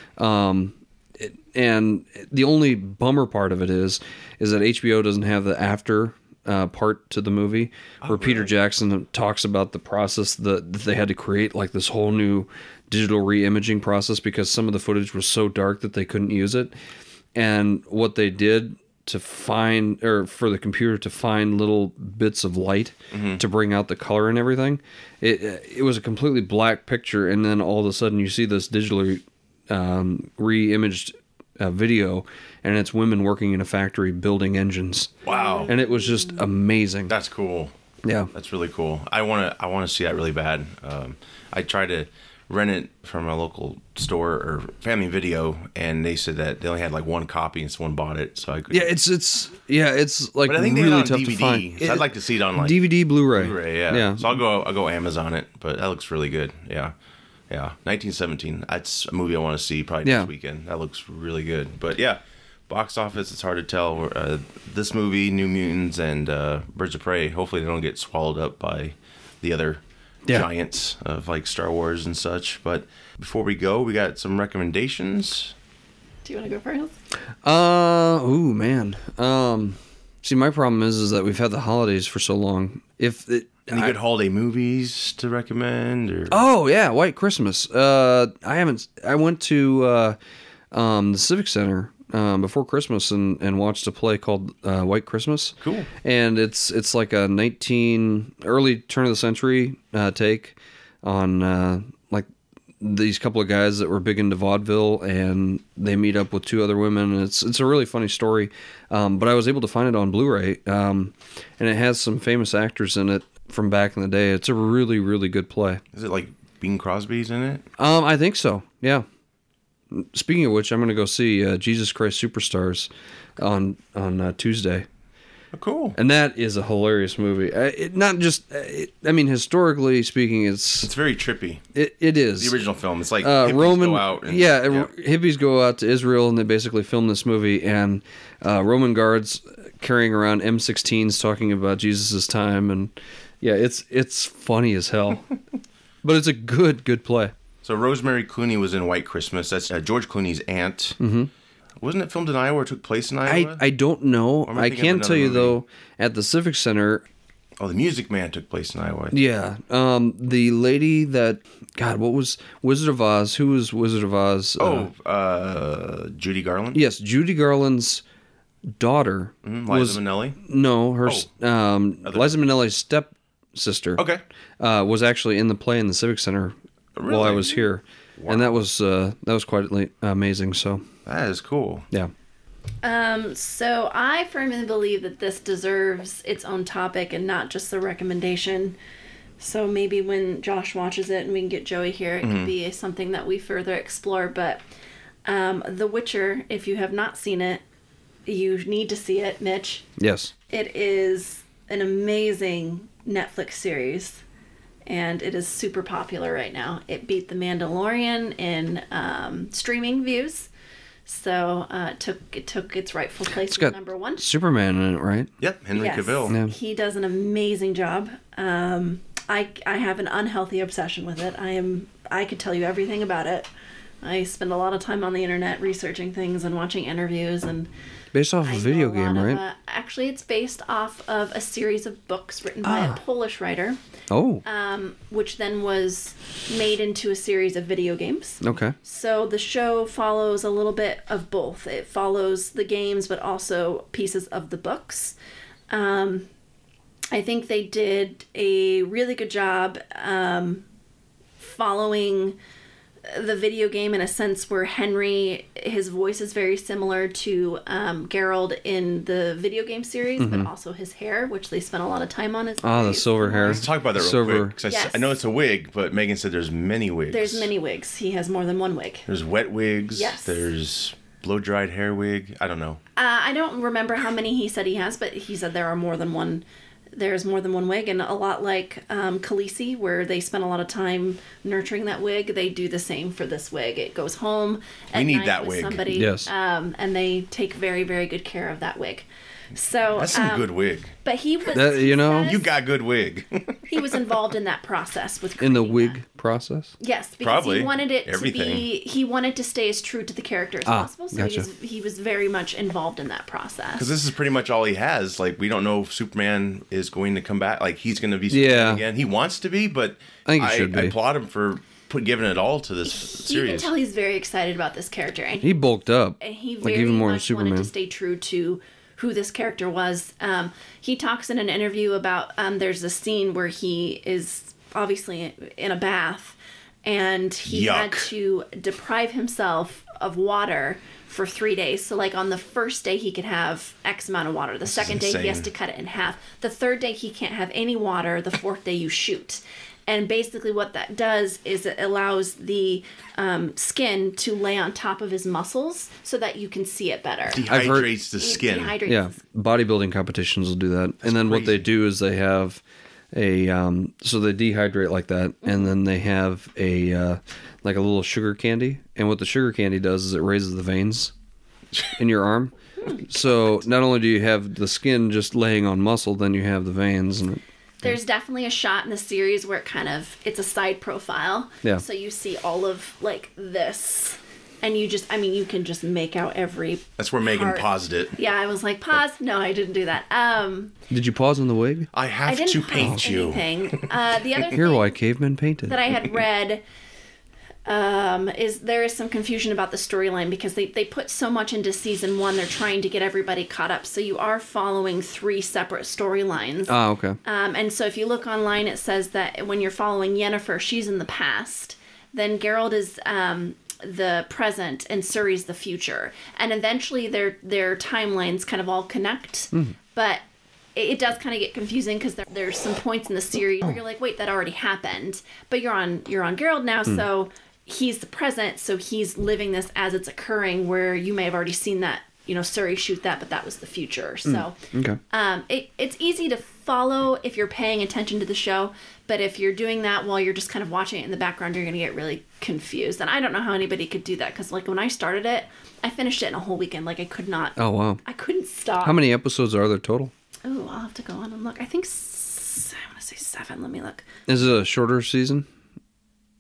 C: And the only bummer part of it is, is that HBO doesn't have the after uh, part to the movie where Peter Jackson talks about the process that, that they had to create, like this whole new digital re-imaging process because some of the footage was so dark that they couldn't use it. And what they did to find, or for the computer to find little bits of light
A: Mm-hmm.
C: to bring out the color and everything, it it was a completely black picture, and then all of a sudden you see this digitally um, re-imaged uh, video, and it's women working in a factory building engines.
A: Wow.
C: And it was just amazing.
A: That's cool.
C: yeah.
A: That's really cool. I want to I want to see that really bad. Um, I tried to rent it from a local store or Family Video, and they said that they only had like one copy, and someone bought it. So I could,
C: Yeah, it's it's yeah, it's like
A: but I think
C: really
A: they had it
C: tough
A: on DVD.
C: to find.
A: So I'd like to see it on like
C: DVD Blu-ray.
A: Blu-ray, yeah.
C: yeah.
A: So I'll go I'll go Amazon it, but that looks really good. Yeah. Yeah. 1917. That's a movie I want to see probably
C: Yeah.
A: this weekend. That looks really good. But yeah, box office it's hard to tell uh, this movie New Mutants and uh, Birds of Prey. Hopefully they don't get swallowed up by the other
C: Yeah.
A: giants of like Star Wars and such. But before we go, we got some recommendations.
B: Do you want to go first?
C: Uh, ooh, man. Um, see, my problem is is that we've had the holidays for so long. If it,
A: Any
C: I-
A: good holiday movies to recommend or
C: oh yeah, White Christmas. Uh, I haven't. I went to uh, um, the Civic Center um, before Christmas and, and watched a play called uh, White Christmas.
A: Cool.
C: And it's it's like a nineteen early turn of the century uh, take on uh, like these couple of guys that were big into vaudeville and they meet up with two other women and it's it's a really funny story um, but i was able to find it on blu-ray um, and it has some famous actors in it from back in the day it's a really really good play
A: is it like Bing Crosby's in it?
C: um, i think so yeah speaking of which i'm going to go see uh, jesus christ superstars on on uh, tuesday
A: Oh, cool.
C: and that is a hilarious movie I, it, not just uh, it, i mean historically speaking it's
A: It's very trippy.
C: it, it is
A: the original film. It's like
C: uh,
A: hippies
C: Roman,
A: go out and,
C: yeah, uh, hippies go out to Israel and they basically film this movie, and uh, Roman guards carrying around M16s talking about Jesus's time, and yeah, it's it's funny as hell, but it's a good good play.
A: So Rosemary Clooney was in White Christmas. That's uh, George Clooney's aunt. Mm-hmm. Wasn't it filmed in Iowa or took place in
C: I
A: Iowa?
C: I don't know.
A: am I
C: I
A: thinking of
C: can tell you
A: another
C: though, at the Civic Center,
A: oh, The Music Man took place in Iowa.
C: yeah, um, the lady that God, what was Wizard of Oz? Who was Wizard of Oz? Uh,
A: Oh, uh, Judy Garland.
C: yes, Judy Garland's daughter
A: Mm-hmm. Liza
C: was
A: Minnelli. Oh.
C: No, her s um, Liza Minnelli's stepsister
A: Okay.
C: uh, was actually in the play in the Civic Center while I
A: Really?
C: was here, and that was uh, that was quite la- amazing. So
A: That is cool.
C: yeah,
B: Um, so I firmly believe that this deserves its own topic and not just a recommendation. So maybe when Josh watches it and we can get Joey here, it
A: Mm-hmm.
B: could be something that we further explore. But um, The Witcher, if you have not seen it, you need to see it, Mitch.
C: yes,
B: It is an amazing Netflix series, and it is super popular right now. It beat The Mandalorian in um, streaming views, so uh, it took it took its rightful place
C: it's
B: as
C: got
B: number one.
C: Superman in it, right?
A: Yep, Henry
B: Yes,
A: Cavill.
B: he does an amazing job. Um, I I have an unhealthy obsession with it. I am I could tell you everything about it. I spend a lot of time on the internet researching things and watching interviews and
C: Based off a
B: I
C: video
B: know a lot
C: game, right?
B: of, uh, actually, it's based off of a series of books written by
C: Ah.
B: a Polish writer,
C: oh,
B: um, which then was made into a series of video games.
C: okay,
B: So the show follows a little bit of both. It follows the games, but also pieces of the books. Um, I think they did a really good job um, following the video game in a sense where Henry, his voice is very similar to um, Gerald in the video game series, but also his hair, which they spent a lot of time on. is
C: ah, the
B: very
C: silver hair.
A: Let's talk about that real
C: Silver.
A: quick. 'cause I, s-
B: Yes.
A: I know it's a wig, but Megan said there's many wigs.
B: There's many wigs. He has more than one wig.
A: There's wet wigs.
B: Yes.
A: There's blow dried hair wig. I don't know.
B: Uh, I don't remember how many he said he has, but he said there are more than one. There's more than one wig, and a lot like um, Khaleesi, where they spend a lot of time nurturing that wig. They do the same for this wig. It goes home. at
A: We need
B: night
A: that
B: with
A: wig.
B: Somebody,
C: Yes.
B: Um, and they take very, very good care of that wig. So,
A: That's some
B: um,
A: good wig.
B: but he was,
C: That- you
B: he
C: know-
B: says
A: You got good wig.
B: he was involved in that process with
C: in the
B: creating
C: wig
B: that.
C: process.
B: Yes, because
A: Probably.
B: he wanted it
A: Everything.
B: to be. He wanted to stay as true to the character as possible. So
C: Ah, gotcha.
B: he's, he was very much involved in that process.
A: Because this is pretty much all he has. Like we don't know if Superman is going to come back. Like he's going to be Superman
C: Yeah.
A: again. He wants to be, but
C: I think he should be.
A: applaud him for put, giving it all to this
B: You can
A: series.
B: tell he's very excited about this character, and he,
C: He bulked up,
B: and he
C: like
B: very
C: even more than
B: much wanted
C: Superman.
B: to stay true to who this character was. Um, he talks in an interview about um, there's a scene where he is obviously in a bath, and he had
A: Yuck.
B: to deprive himself of water for three days. So like on the first day he can have X amount of water. The second day he has
A: insane.
B: to cut it in half. The third day he can't have any water. The fourth day you shoot. And basically what that does is it allows the um, skin to lay on top of his muscles so that you can see it better.
C: I've heard-
A: Dehydrates the
B: It
A: skin.
B: dehydrates
C: Yeah, bodybuilding competitions will do that. and then what they
A: crazy.
C: do is they have a um, so they dehydrate like that,
B: Mm-hmm.
C: and then they have a uh, like a little sugar candy. And what the sugar candy does is it raises the veins in your arm. So not only do you have the skin just laying on muscle, then you have the veins. And
B: There's definitely a shot in the series where it kind of it's a side profile.
C: Yeah.
B: So you see all of like this, and you just I mean you can just make out every.
A: That's where Megan
B: part.
A: paused it.
B: Yeah, I was like pause. No, I didn't do that. Um,
C: did you pause on the wig?
A: I
B: I
A: have
B: didn't
A: to
B: pause
A: paint you.
B: anything. Uh, the other
C: Here,
B: thing
C: why cavemen painted.
B: that I had read. Um, is there is some confusion about the storyline because they, they put so much into season one they're trying to get everybody caught up so you are following three separate storylines
C: Ah, okay.
B: Um, and so if you look online, it says that when you're following Yennefer, she's in the past. Then Geralt is um, the present, and Suri's the future. And eventually, their their timelines kind of all connect. But it, it does kind of get confusing because there, there's some points in the series where you're like, wait, that already happened. But you're on you're on Geralt now, so he's the present, so he's living this as it's occurring. Where you may have already seen that. You know, Suri shoot that, but that was the future. So
C: Mm, Okay.
B: um, it, it's easy to follow if you're paying attention to the show, but if you're doing that while you're just kind of watching it in the background, you're going to get really confused. And I don't know how anybody could do that because, like, when I started it, I finished it in a whole weekend. Like, I could not,
C: Oh wow.
B: I couldn't stop.
C: How many episodes are there total?
B: Oh, I'll have to go on and look. I think s- I want to say seven. Let me look.
C: Is it a shorter season?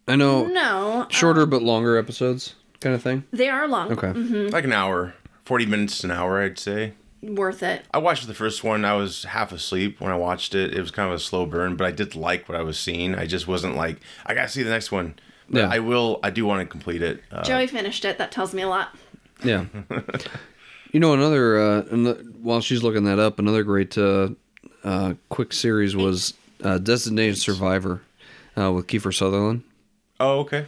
C: I know
B: No,
C: shorter but longer episodes kind of thing.
B: they are long.
C: Okay.
A: Like an hour, forty minutes to an hour, I'd say.
B: Worth it.
A: I watched the first one. I was half asleep when I watched it. It was kind of a slow burn, but I did like what I was seeing. I just wasn't like, I gotta see the next one. But
C: Yeah.
A: I will. I do want to complete it. Uh,
B: Joey finished it. That tells me a lot.
C: Yeah. you know, another uh, an- while she's looking that up, another great uh, uh, quick series was uh, Designated Survivor uh, with Kiefer Sutherland.
A: oh, okay.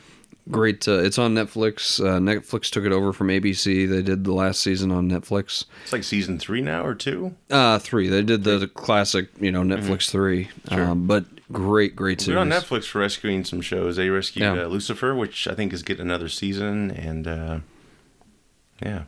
C: Great. Uh, it's on Netflix. Uh, Netflix took it over from ABC. They did the last season on Netflix.
A: It's like season three now or two.
C: Uh, three. They did the classic, you know, Netflix three. Um, but great, great
A: We're
C: series.
A: Mm-hmm. on Netflix for rescuing some shows. They rescued
C: Yeah.
A: uh, Lucifer, which I think is getting another season, and uh, yeah,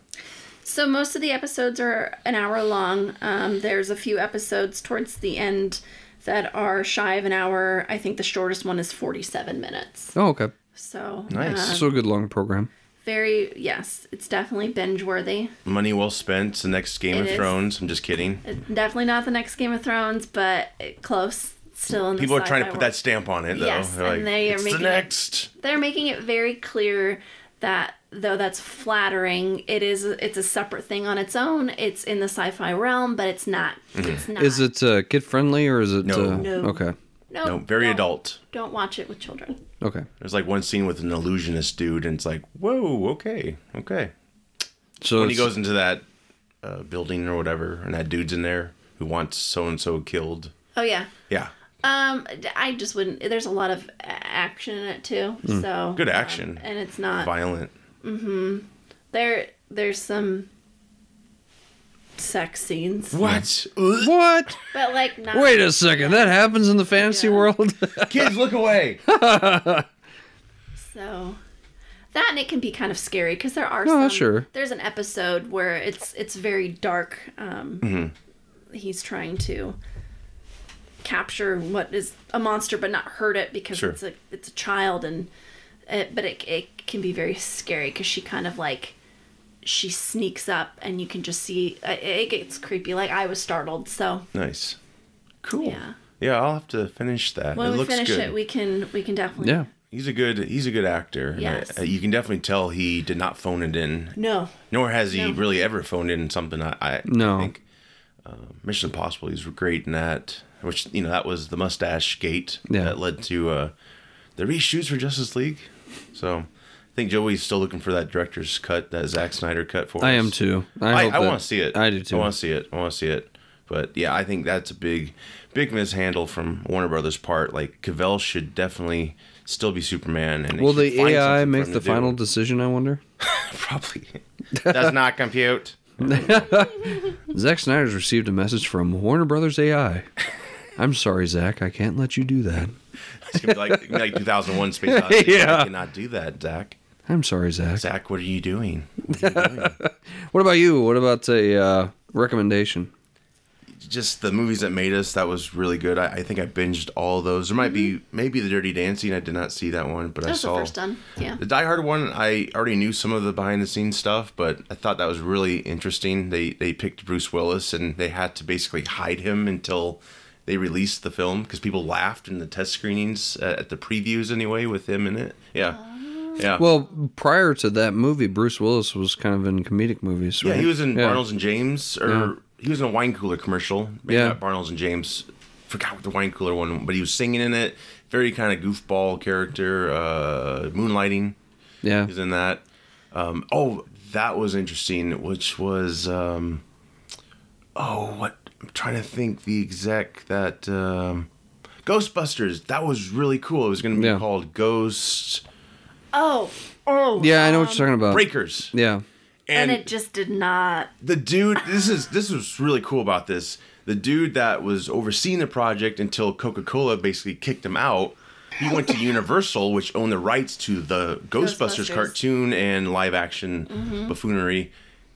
B: So most of the episodes are an hour long. Um, there's a few episodes towards the end that are shy of an hour. I think the shortest one is 47 minutes.
C: Oh, okay.
B: So
A: Nice.
B: uh,
C: So good long program.
B: very yes, it's definitely binge worthy.
A: money well spent. It's the next Game
B: It
A: of
B: is.
A: Thrones. I'm just kidding.
B: Definitely not the next Game of Thrones, but it- close. Still in the
A: People are trying to
B: sci-fi
A: put
B: world.
A: that stamp on it, though.
B: Yes,
A: They're
B: and they are
A: it's the
B: making it-
A: next.
B: They're making it very clear that though that's flattering, it is it's a separate thing on its own. It's in the sci-fi realm, but it's not.
A: Mm-hmm.
B: It's not.
C: Is it uh, kid friendly or is it?
A: No.
C: Uh,
B: No.
C: Okay.
B: Oh, No,
A: No, very
B: don't-
A: adult.
B: Don't watch it with children.
C: Okay.
A: There's like one scene with an illusionist dude, and it's like, whoa, okay, okay.
C: So
A: When he
C: it's-
A: goes into that uh, building or whatever, and that dude's in there who wants so and so killed.
B: Oh yeah.
A: Yeah,
B: Um, d- I just wouldn't. There's a lot of a- action in it too, so
A: Hmm. Good
B: um,
A: action.
B: and it's not
A: violent.
B: there. There's some sex scenes,
A: What?
C: What?
B: but like not.
C: Wait a second. That happens in the fantasy
B: Yeah.
C: world.
A: Kids, look away.
B: So that and it can be kind of scary because there are
C: No,
B: some.
C: Oh, sure.
B: There's an episode where it's it's very dark. Um,
A: Mm-hmm.
B: he's trying to capture what is a monster, but not hurt it because
A: Sure.
B: it's a it's a child and it, but it it can be very scary because she kind of like she sneaks up and you can just see uh, it, it gets creepy. Like I was startled, so
A: nice. Cool.
B: yeah.
A: Yeah, I'll have to finish that.
B: When
A: it
B: we
A: looks
B: finish
A: good.
B: it, we can we can definitely
C: yeah.
A: he's a good he's a good actor. and I-
B: Yes.
A: I- you can definitely tell he did not phone it in.
B: no
A: Nor has he
B: No.
A: really ever phoned in something. I, I
C: No.
A: think uh, Mission Impossible. He's great in that. Which you know that was the mustache gate
C: Yeah.
A: that led to uh, the reshoots for Justice League. So I think Joey's still looking for that director's cut, that Zack Snyder cut for
C: I
A: us.
C: am too.
A: I,
C: hope
A: I,
C: that-
A: want to see it.
C: I do too.
A: I want to see it. I want to see it. But yeah, I think that's a big, big mishandle from Warner Brothers' part. Like Cavell should definitely still be Superman. And
C: Will
A: they should
C: the
A: find
C: AI
A: something for
C: make
A: him
C: the
A: to do.
C: final decision? I wonder.
A: Probably does not compute.
C: Zack Snyder's received a message from Warner Brothers AI. I'm sorry, Zack, I can't let you do that.
A: It's gonna be like like 2001 Space Odyssey.
C: Yeah.
A: I cannot do that, Zach.
C: I'm sorry, Zack.
A: Zach, what are you doing?
C: What about you? What about a uh, recommendation?
A: Just the movies that made us. That was really good. I, I think I binged all those. There might
C: Mm-hmm.
A: be maybe the Dirty Dancing. I did not see that one, but I
B: That's the
A: saw
B: first one. Yeah.
A: The Die Hard one, I already knew some of the behind the scenes stuff, but I thought that was really interesting. They they picked Bruce Willis and they had to basically hide him until they released the film because people laughed in the test screenings uh, at the previews anyway with him in it. Yeah, yeah.
C: Well, prior to that movie, Bruce Willis was kind of in comedic movies.
A: yeah,
C: right?
A: he was in
C: Yeah.
A: Barnles and James, or he was in a wine cooler commercial. Maybe
C: Yeah.
A: not Barnles and James. Forgot what the wine cooler one, but he was singing in it. Very kind of goofball character. Uh, moonlighting.
C: Yeah,
A: He's in that. Um, oh, that was interesting, which was um, oh, what I'm trying to think the exec that um, Ghostbusters. That was really cool. It was going to be
C: Yeah.
A: called Ghost
B: Oh. Oh.
C: yeah, I know what you're talking about.
A: Breakers.
C: Yeah,
B: And, it just did not.
A: the dude this is this was really cool about this the dude that was overseeing the project until coca-cola basically kicked him out he went to universal which owned the rights to the ghostbusters,
B: Ghostbusters. Mm-hmm.
A: cartoon and live action buffoonery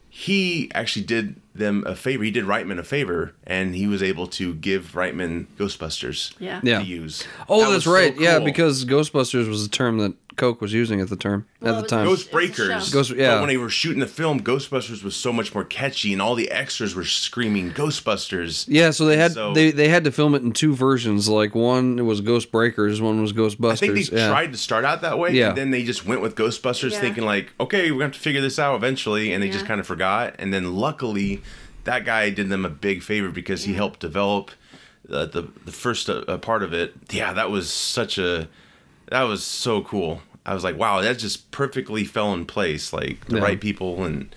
A: he actually did them a favor he did reitman a favor and he was able to give reitman ghostbusters
B: Yeah.
C: Yeah.
A: to use
C: Oh,
A: That was
C: that's
A: so
C: right. Yeah,
A: cool.
C: because Ghostbusters was the term that Coke was using at the term
B: Well,
C: at
B: it
C: the
B: was
C: time.
B: Ghost-
A: Ghost Breakers.
B: show.
C: Ghost- yeah.
A: But when they were shooting the film, Ghostbusters was so much more catchy, and all the extras were screaming Ghostbusters.
C: yeah, so they had
A: So-
C: they they had to film it in two versions. Like one was Ghost Breakers, one was Ghostbusters.
A: I think they
C: yeah.
A: tried to start out that way,
C: Yeah.
A: and then they just went with Ghostbusters,
B: Yeah.
A: thinking like, okay, we're gonna have to figure this out eventually, and they just
B: Yeah.
A: kind of forgot. And then luckily, that guy did them a big favor because he helped develop uh, the the first uh, uh, part of it. Yeah, that was such a that was so cool. I was like, wow, that just perfectly fell in place, like the
C: Yeah.
A: right people and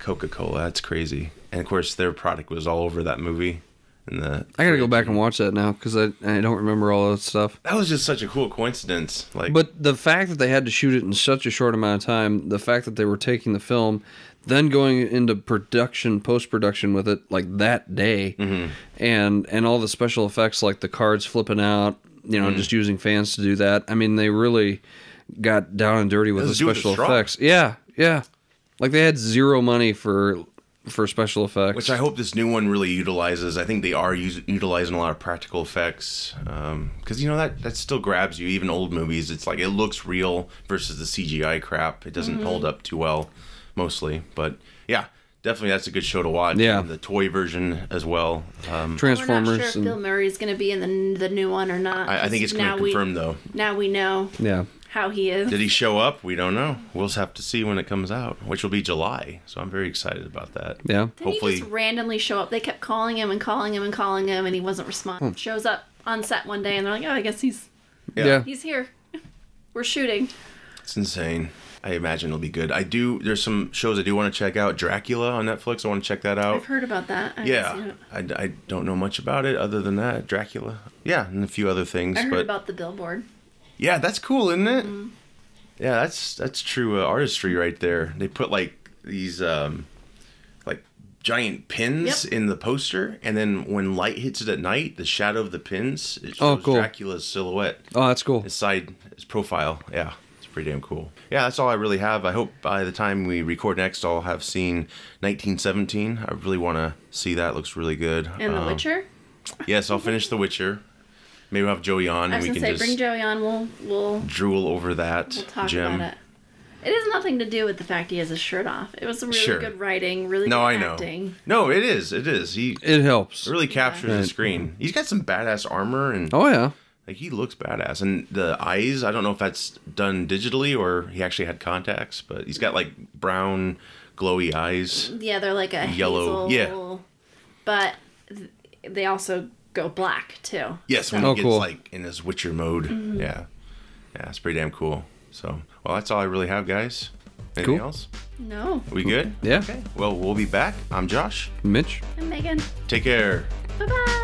A: Coca Cola. That's crazy. And of course, their product was all over that movie. And the
C: I gotta go back and watch that now because I I don't remember all that stuff.
A: that was just such a cool coincidence. Like,
C: But the fact that they had to shoot it in such a short amount of time, the fact that they were taking the film, then going into production, post production with it like that day,
A: Mm-hmm.
C: and and all the special effects like the cards flipping out, you
A: Mm.
C: know, just using fans to do that. I mean, they really got down and dirty with
A: It
C: the
A: was doing it
C: special
A: strong.
C: effects. Yeah, yeah. Like they had zero money for for special effects.
A: Which I hope this new one really utilizes. I think they are us- utilizing a lot of practical effects because you know that that still grabs you. Even old movies, it's like it looks real versus the CGI crap. It doesn't hold up too well, mostly. But yeah, definitely that's a good show to watch.
C: Yeah.
A: And the toy version as well. Um,
B: We're not sure
C: Transformers.
B: if
C: and-
B: Bill Murray is going to be in the the new one or not.
A: I, I think it's going to
B: we-
A: confirm though.
B: Now we know
C: yeah.
B: how he is.
A: Did he show up? We don't know. We'll just have to see when it comes out, which will be July. So I'm very excited about that.
C: Yeah.
B: Didn't
A: Hopefully-
B: he just randomly show up? They kept calling him and calling him and calling him, and he wasn't responding.
A: Hmm.
B: Shows up on set one day, and they're like, "Oh, I guess he's
C: Yeah.
B: he's here. We're shooting."
A: It's insane. I imagine it'll be good. I do. There's some shows I do want to check out. Dracula on Netflix. I want to check that out.
B: I've heard about that. I haven't seen
A: Oh. Yeah,
B: it.
A: I, I don't know much about it other than that Dracula. Yeah, and a few other things.
B: I heard
A: but
B: about Mm-hmm. the billboard.
A: yeah, that's cool, isn't it? Yeah, that's that's true uh, artistry right there. They put like these um like giant pins
B: Yep.
A: in the poster, and then when light hits it at night, the shadow of the pins it shows
C: Oh, cool.
A: Dracula's silhouette,
C: Oh, that's cool.
A: his side, his profile. Yeah. it's Pretty damn cool. Yeah, that's all I really have. I hope by the time we record next, I'll have seen 1917. I really want to see that. It looks really good.
B: And The
A: Um,
B: Witcher.
A: Yes, I'll finish The Witcher. Maybe we'll have Joey on and
B: I was
A: we
B: gonna
A: can
B: say,
A: just
B: bring Joey on. We'll we'll
A: drool over that
B: we'll talk
A: gem.
B: about it. It has nothing to do with the fact he has his shirt off. It was really
A: Sure.
B: good writing, really
A: No, I
B: good
A: know.
B: acting.
A: No, it is. It is. He
C: It helps.
A: really captures the
C: Right.
A: screen. He's got some badass armor and
C: Oh yeah.
A: like he looks badass. And the eyes, I don't know if that's done digitally or he actually had contacts, but he's got like brown glowy eyes.
B: Yeah, they're like a
A: Yellow,
B: Hazel, but th- they also go black too.
A: Yes, when
C: Oh,
A: he gets
C: cool.
A: like in his Witcher mode. Yeah. Yeah, it's pretty damn cool. So, well, that's all I really have, guys. Anything
C: Cool.
A: else?
B: No,
A: We good?
C: Yeah.
A: Okay. Well, we'll be back. I'm Josh.
C: Mitch.
B: I'm Megan.
A: Take care.
B: Bye bye.